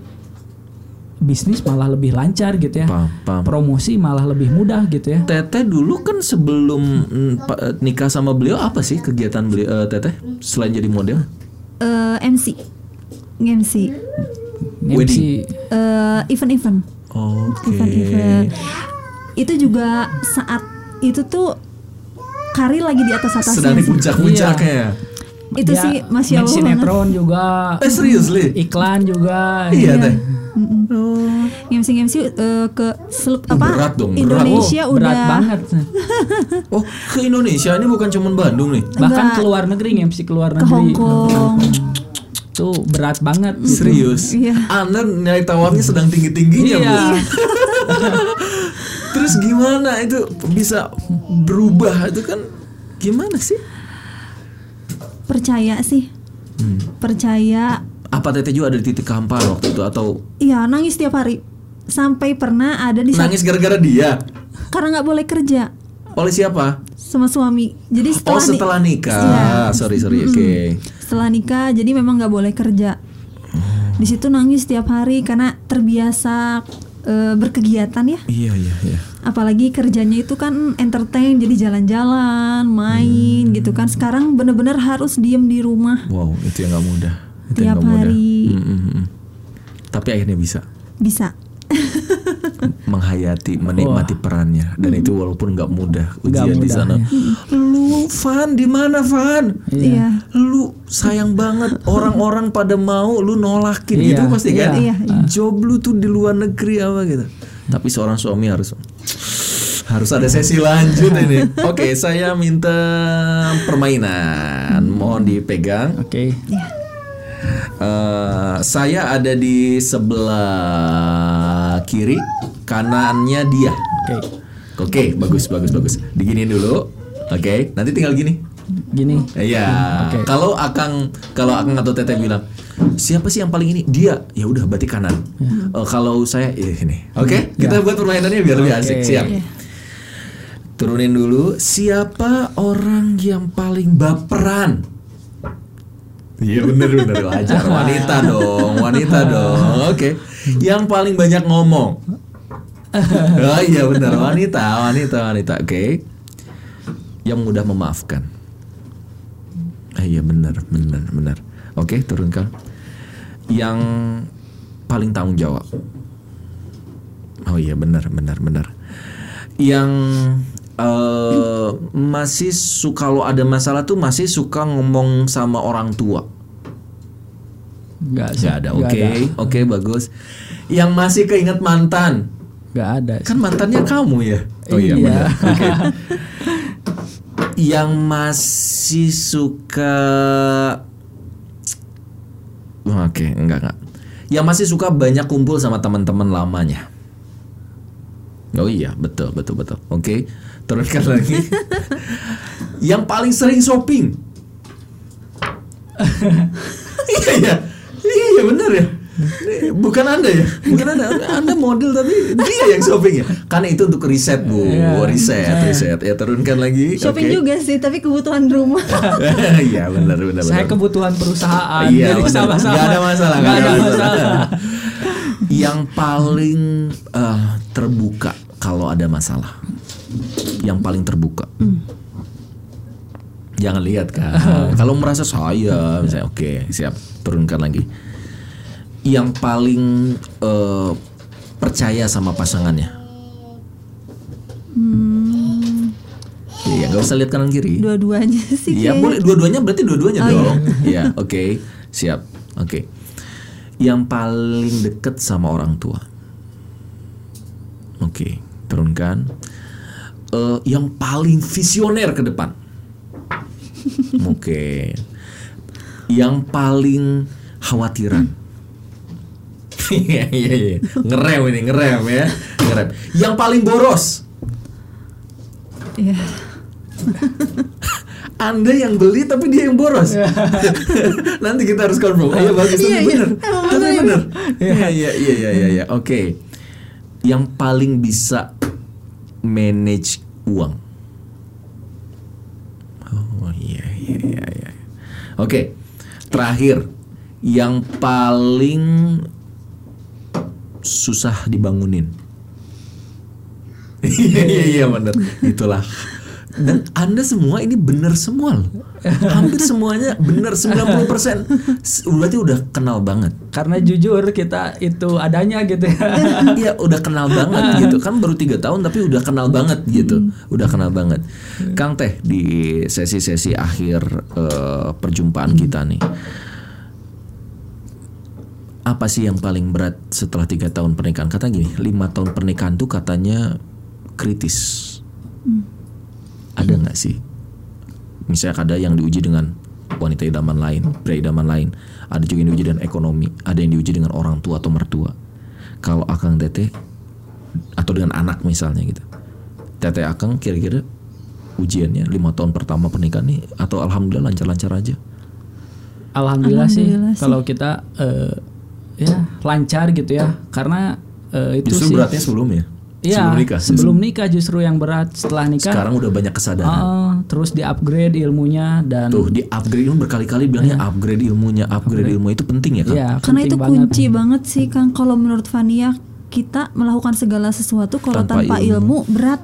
Speaker 3: bisnis malah lebih lancar gitu ya.
Speaker 2: Paham, paham.
Speaker 3: Promosi malah lebih mudah gitu ya.
Speaker 2: Teteh dulu kan sebelum mm, pa- eh, nikah sama beliau apa sih kegiatan beliau eh, Teteh selain jadi model?
Speaker 4: Eh, MC, MC,
Speaker 3: MC
Speaker 4: Eh, event-event,
Speaker 2: Oke.
Speaker 4: event-event. Itu juga saat itu tuh karir lagi di atas atasnya.
Speaker 2: Sedang di
Speaker 3: Iya.
Speaker 2: puncak-puncaknya.
Speaker 4: Itu
Speaker 2: Iya,
Speaker 3: Ya,
Speaker 4: sih masya
Speaker 3: main
Speaker 4: Allah. banget.
Speaker 3: sinetron juga,
Speaker 2: Eh seriously?
Speaker 3: iklan juga.
Speaker 2: Iya Teh.
Speaker 4: MC MC eh, ke selup
Speaker 2: Oh,
Speaker 4: apa
Speaker 2: berat dong, berat.
Speaker 4: Indonesia
Speaker 3: Oh,
Speaker 4: udah
Speaker 3: berat banget.
Speaker 2: Oh ke Indonesia ini bukan cuma Bandung nih.
Speaker 3: Bahkan
Speaker 4: Enggak.
Speaker 3: ke luar negeri MC ke luar
Speaker 4: ke Hong
Speaker 3: negeri.
Speaker 4: Kong.
Speaker 3: Tuh berat banget. gitu.
Speaker 2: Serius?
Speaker 4: Iya.
Speaker 2: Anda nilai tawarnya sedang tinggi tingginya bu.
Speaker 3: Iya.
Speaker 2: Terus gimana itu bisa berubah itu kan gimana sih?
Speaker 4: Percaya sih.
Speaker 2: Hmm.
Speaker 4: Percaya.
Speaker 2: Apa Teteh juga ada di titik kampar waktu itu atau
Speaker 4: Iya, nangis tiap hari. Sampai pernah ada di saat-
Speaker 2: nangis gara-gara dia?
Speaker 4: karena nggak boleh kerja
Speaker 2: Oleh siapa?
Speaker 4: sama suami. Jadi
Speaker 2: oh
Speaker 4: setelah, ni-
Speaker 2: setelah nikah. Ah,
Speaker 4: Iya.
Speaker 2: Sorry sorry. Oke.
Speaker 4: Setelah nikah jadi memang nggak boleh kerja. Di situ nangis tiap hari karena terbiasa eh, berkegiatan ya.
Speaker 2: Iya iya iya.
Speaker 4: apalagi kerjanya itu kan entertain jadi jalan-jalan main
Speaker 2: Hmm.
Speaker 4: gitu kan sekarang bener-bener harus diem di rumah
Speaker 2: Wow itu yang nggak mudah. Itu yang
Speaker 4: tiap
Speaker 2: nggak mudah.
Speaker 4: hari
Speaker 2: Mm, mm, mm. Tapi akhirnya bisa
Speaker 4: bisa
Speaker 2: menghayati, menikmati perannya dan itu walaupun nggak mudah
Speaker 3: Nggak
Speaker 2: ujian di
Speaker 3: mudah,
Speaker 2: sana. Lu Van di mana Van?
Speaker 4: iya
Speaker 2: lu sayang banget orang-orang pada mau lu nolakin
Speaker 3: Iya,
Speaker 2: gitu pasti kan
Speaker 4: iya,
Speaker 2: job lu tuh di luar negeri apa gitu tapi seorang suami harus harus ada sesi lanjut ini oke saya minta permainan mohon dipegang
Speaker 3: Oke.
Speaker 2: Eh, saya ada di sebelah kiri kanannya dia
Speaker 3: Oke.
Speaker 2: oke bagus bagus bagus diginiin dulu oke nanti tinggal gini
Speaker 3: Gini.
Speaker 2: Iya.
Speaker 3: Oke.
Speaker 2: Kalau Akang kalau Akang atau Teteh bilang siapa sih yang paling ini? Dia. Ya udah berarti kanan. Eh, kalau saya ya ini. Oke, kita buat permainannya biar lebih asik. Siap. Turunin dulu siapa orang yang paling baperan? Iya bener bener wajar wanita dong wanita dong oke yang paling banyak ngomong oh iya bener wanita wanita wanita oke yang mudah memaafkan Ah, iya benar benar benar oke turun kal yang paling tanggung jawab oh iya benar benar benar yang eh, masih suka kalau ada masalah tuh masih suka ngomong sama orang tua
Speaker 3: Enggak sih.
Speaker 2: nggak ada oke
Speaker 3: Nggak ada.
Speaker 2: oke bagus yang masih keinget mantan
Speaker 3: Nggak ada. Iya, sih.
Speaker 2: kan mantannya kamu ya
Speaker 3: Iya.
Speaker 2: benar. Oke. yang masih suka Wah, oke enggak enggak yang masih suka banyak kumpul sama teman-teman lamanya oh iya betul betul betul oke teruskan lagi yang paling sering shopping iya iya iya iya, benar ya Ini bukan anda ya bukan anda anda model tapi dia yang shopping ya karena itu untuk riset bu riset riset ya turunkan lagi
Speaker 4: Iya. shopping
Speaker 2: oke.
Speaker 4: juga sih tapi kebutuhan rumah
Speaker 2: Iya benar benar.
Speaker 3: Saya
Speaker 2: benar.
Speaker 3: kebutuhan perusahaan.
Speaker 2: Iya,
Speaker 3: jadi
Speaker 2: benar.
Speaker 3: sama-sama.
Speaker 2: Nggak ada masalah.
Speaker 3: Nggak
Speaker 2: nggak
Speaker 3: ada
Speaker 2: masalah.
Speaker 3: masalah.
Speaker 2: Yang paling eh, terbuka kalau ada masalah. Yang paling terbuka.
Speaker 3: Hmm.
Speaker 2: Jangan lihat kan. kalau merasa saya, misalnya oke siap turunkan lagi. Yang paling eh, percaya sama pasangannya.
Speaker 3: Hmm.
Speaker 2: Iya, nggak usah lihat kanan kiri.
Speaker 4: dua-duanya sih
Speaker 2: Iya
Speaker 4: kayaknya.
Speaker 2: boleh dua-duanya berarti dua-duanya dong. Iya oke siap oke. Yang paling deket sama orang tua. Oke turunkan. Eh, yang paling visioner ke depan. Oke. Yang paling khawatiran. Iya iya iya ngerem ini ngerem ya ngerem. Yang paling boros.
Speaker 4: Iya.
Speaker 2: Anda yang beli tapi dia yang boros. Nanti kita harus confirm. Iya bagus tapi
Speaker 4: Iya, iya.
Speaker 2: benar.
Speaker 4: Emang
Speaker 2: Tapi
Speaker 4: benar.
Speaker 2: benar. Iya iya iya iya iya, iya. Oke. Yang paling bisa manage uang. Oh iya iya iya iya. Oke. Terakhir yang paling susah dibangunin. Iya iya iya benar. Itulah. Dan Anda semua ini benar semua loh. Hampir semuanya benar 90%. S- Berarti udah kenal banget.
Speaker 3: Karena jujur kita itu adanya gitu ya.
Speaker 2: Iya udah kenal banget gitu kan baru tiga tahun tapi udah kenal banget gitu udah kenal banget Kang Teh di sesi-sesi akhir eh, perjumpaan kita nih apa sih yang paling berat setelah tiga tahun pernikahan kata gini lima tahun pernikahan tuh katanya kritis ada nggak sih misalnya ada yang diuji dengan wanita idaman lain pria idaman lain ada juga yang diuji dengan ekonomi ada yang diuji dengan orang tua atau mertua kalau akang teteh atau dengan anak misalnya gitu teteh akang kira-kira ujiannya lima tahun pertama pernikahan nih atau alhamdulillah lancar-lancar aja
Speaker 3: Alhamdulillah,
Speaker 4: Alhamdulillah
Speaker 3: sih kalau kita eh, ya lancar gitu ya karena eh, itu
Speaker 2: justru
Speaker 3: sih
Speaker 2: beratnya sebelumnya
Speaker 3: Iya,
Speaker 2: sebelum nikah justru.
Speaker 3: sebelum nikah justru yang berat setelah nikah
Speaker 2: sekarang udah banyak kesadaran
Speaker 3: eh, terus di upgrade ilmunya dan
Speaker 2: tuh di upgrade ilmu berkali-kali bilangnya upgrade ilmunya Iya. upgrade ilmu itu penting ya kan
Speaker 3: ya
Speaker 4: Karena
Speaker 3: penting
Speaker 4: itu
Speaker 3: banget.
Speaker 4: kunci banget sih Kang kalau menurut Fania kita melakukan segala sesuatu kalau
Speaker 2: Tanpa
Speaker 4: tanpa, ilmu. berat.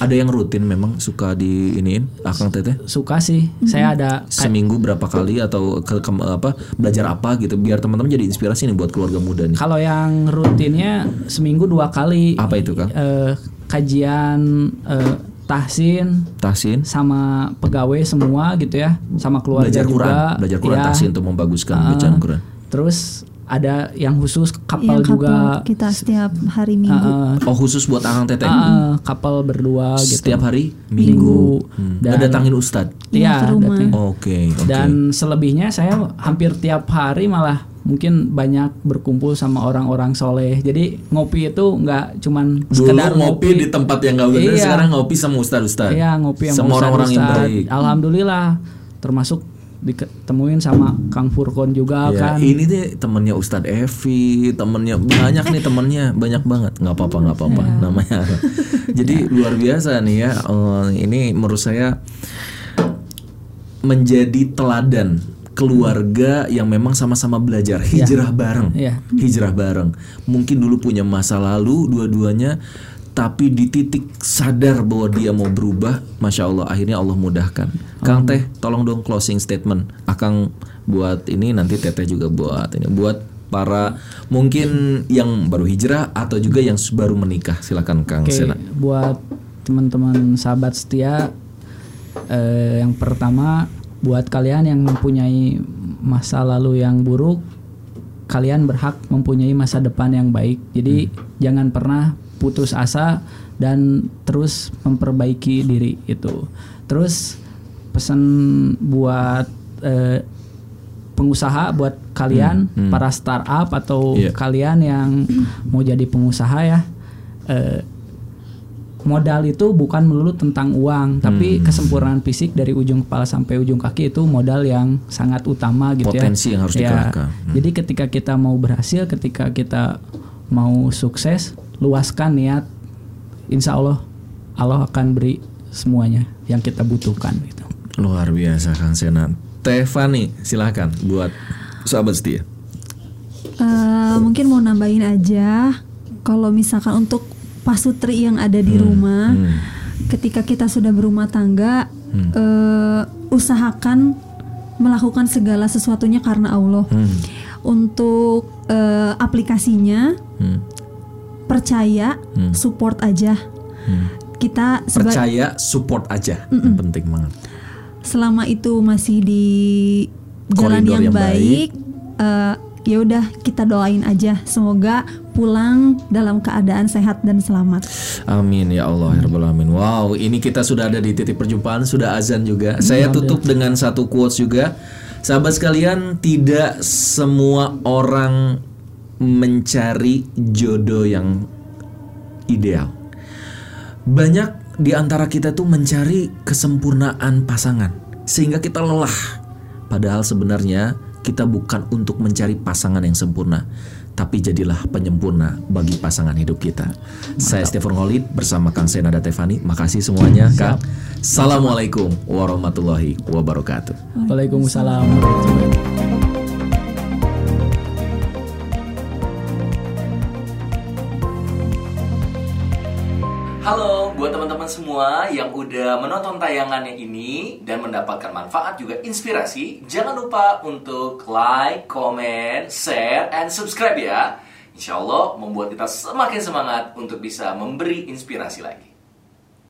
Speaker 2: ada yang rutin memang suka di iniin akang teteh
Speaker 3: suka sih saya ada
Speaker 2: seminggu berapa kali atau ke, ke- apa belajar apa gitu biar teman-teman jadi inspirasi nih buat keluarga muda nih
Speaker 3: kalau yang rutinnya seminggu dua kali
Speaker 2: apa itu kang
Speaker 3: eh, kajian eh, tahsin
Speaker 2: tahsin
Speaker 3: sama pegawai semua gitu ya sama keluarga
Speaker 2: belajar
Speaker 3: juga
Speaker 2: Quran, belajar Quran
Speaker 3: Iya.
Speaker 2: tahsin untuk membaguskan bacaan Quran.
Speaker 3: terus ada yang khusus
Speaker 2: Iya,
Speaker 3: kapal
Speaker 4: yang
Speaker 3: juga
Speaker 4: kapal Iya, kita setiap hari Minggu.
Speaker 2: Oh khusus buat Akang Teteh.
Speaker 3: Ah, kapal berdua gitu
Speaker 2: Setiap hari Minggu. Hmm.
Speaker 3: Dan-
Speaker 2: Ngedatangin Ustad.
Speaker 3: Iya,
Speaker 4: ke rumah.
Speaker 3: datang.
Speaker 2: Oke, oke.
Speaker 3: dan selebihnya saya hampir tiap hari malah mungkin banyak berkumpul sama orang-orang soleh jadi ngopi itu nggak cuman
Speaker 2: Dulu
Speaker 3: sekedar
Speaker 2: ngopi di tempat yang gak benar,
Speaker 3: Iya.
Speaker 2: sekarang ngopi sama Ustad-Ustad.
Speaker 3: Iya ngopi yang
Speaker 2: Sama orang-orang yang baik.
Speaker 3: Alhamdulillah termasuk ditemuin sama Kang Furkon juga
Speaker 2: Ya,
Speaker 3: kan.
Speaker 2: ini deh temennya Ustadz Evi, temennya banyak
Speaker 3: Eh.
Speaker 2: nih temennya banyak banget. Nggak apa-apa, nggak apa-apa
Speaker 3: Iya.
Speaker 2: namanya. Jadi luar biasa nih ya. Eh, Ini menurut saya menjadi teladan keluarga yang memang sama-sama belajar hijrah bareng,
Speaker 3: Iya.
Speaker 2: hijrah bareng. Mungkin dulu punya masa lalu dua-duanya, tapi di titik sadar bahwa dia mau berubah, masya Allah akhirnya Allah mudahkan. Kang Teh, tolong dong closing statement. Akang buat ini nanti Teteh juga buat ini buat para mungkin yang baru hijrah atau juga yang baru menikah. Silakan Kang
Speaker 3: Oke,
Speaker 2: Sena.
Speaker 3: buat teman-teman sahabat setia eh, yang pertama buat kalian yang mempunyai masa lalu yang buruk kalian berhak mempunyai masa depan yang baik. Jadi jangan pernah putus asa dan terus memperbaiki diri itu. Terus pesan buat eh, pengusaha buat kalian para startup atau
Speaker 2: Iya.
Speaker 3: kalian yang mau jadi pengusaha ya eh, modal itu bukan melulu tentang
Speaker 2: Hmm.
Speaker 3: uang tapi kesempurnaan fisik dari ujung kepala sampai ujung kaki itu modal yang sangat utama gitu
Speaker 2: Potensi
Speaker 3: ya
Speaker 2: yang harus
Speaker 3: Ya,
Speaker 2: dikerahkan. Hmm.
Speaker 3: jadi ketika kita mau berhasil ketika kita mau sukses luaskan niat insya Allah Allah akan beri semuanya yang kita butuhkan gitu
Speaker 2: Luar biasa Kang Senan. Teh Fani, silakan buat sahabat setia.
Speaker 4: Eh, mungkin mau nambahin aja kalau misalkan untuk pasutri yang ada di rumah ketika kita sudah berumah tangga eh, usahakan melakukan segala sesuatunya karena Allah untuk eh, aplikasinya percaya support aja kita seba-
Speaker 2: Percaya, support aja. Penting banget.
Speaker 4: selama itu masih di jalan
Speaker 2: Koridor
Speaker 4: yang,
Speaker 2: yang
Speaker 4: baik, eh, ya udah kita doain aja semoga pulang dalam keadaan sehat dan selamat.
Speaker 2: Amin ya Allah ya Rabbal Alamin. Wow, ini kita sudah ada di titik perjumpaan, sudah azan juga. Saya tutup dengan satu quotes juga. Sahabat sekalian, tidak semua orang mencari jodoh yang ideal. Banyak di antara kita tuh mencari kesempurnaan pasangan sehingga kita lelah. Padahal sebenarnya kita bukan untuk mencari pasangan yang sempurna, tapi jadilah penyempurna bagi pasangan hidup kita. Saya Stefan Holid bersama Kang Senada Tevani. Makasih semuanya, Kang. Assalamualaikum warahmatullahi wabarakatuh.
Speaker 3: Waalaikumsalam warahmatullahi wabarakatuh.
Speaker 1: Halo, buat teman-teman semua yang udah menonton tayangannya ini dan mendapatkan manfaat juga inspirasi, jangan lupa untuk like, comment, share, and subscribe ya. Insya Allah membuat kita semakin semangat untuk bisa memberi inspirasi lagi.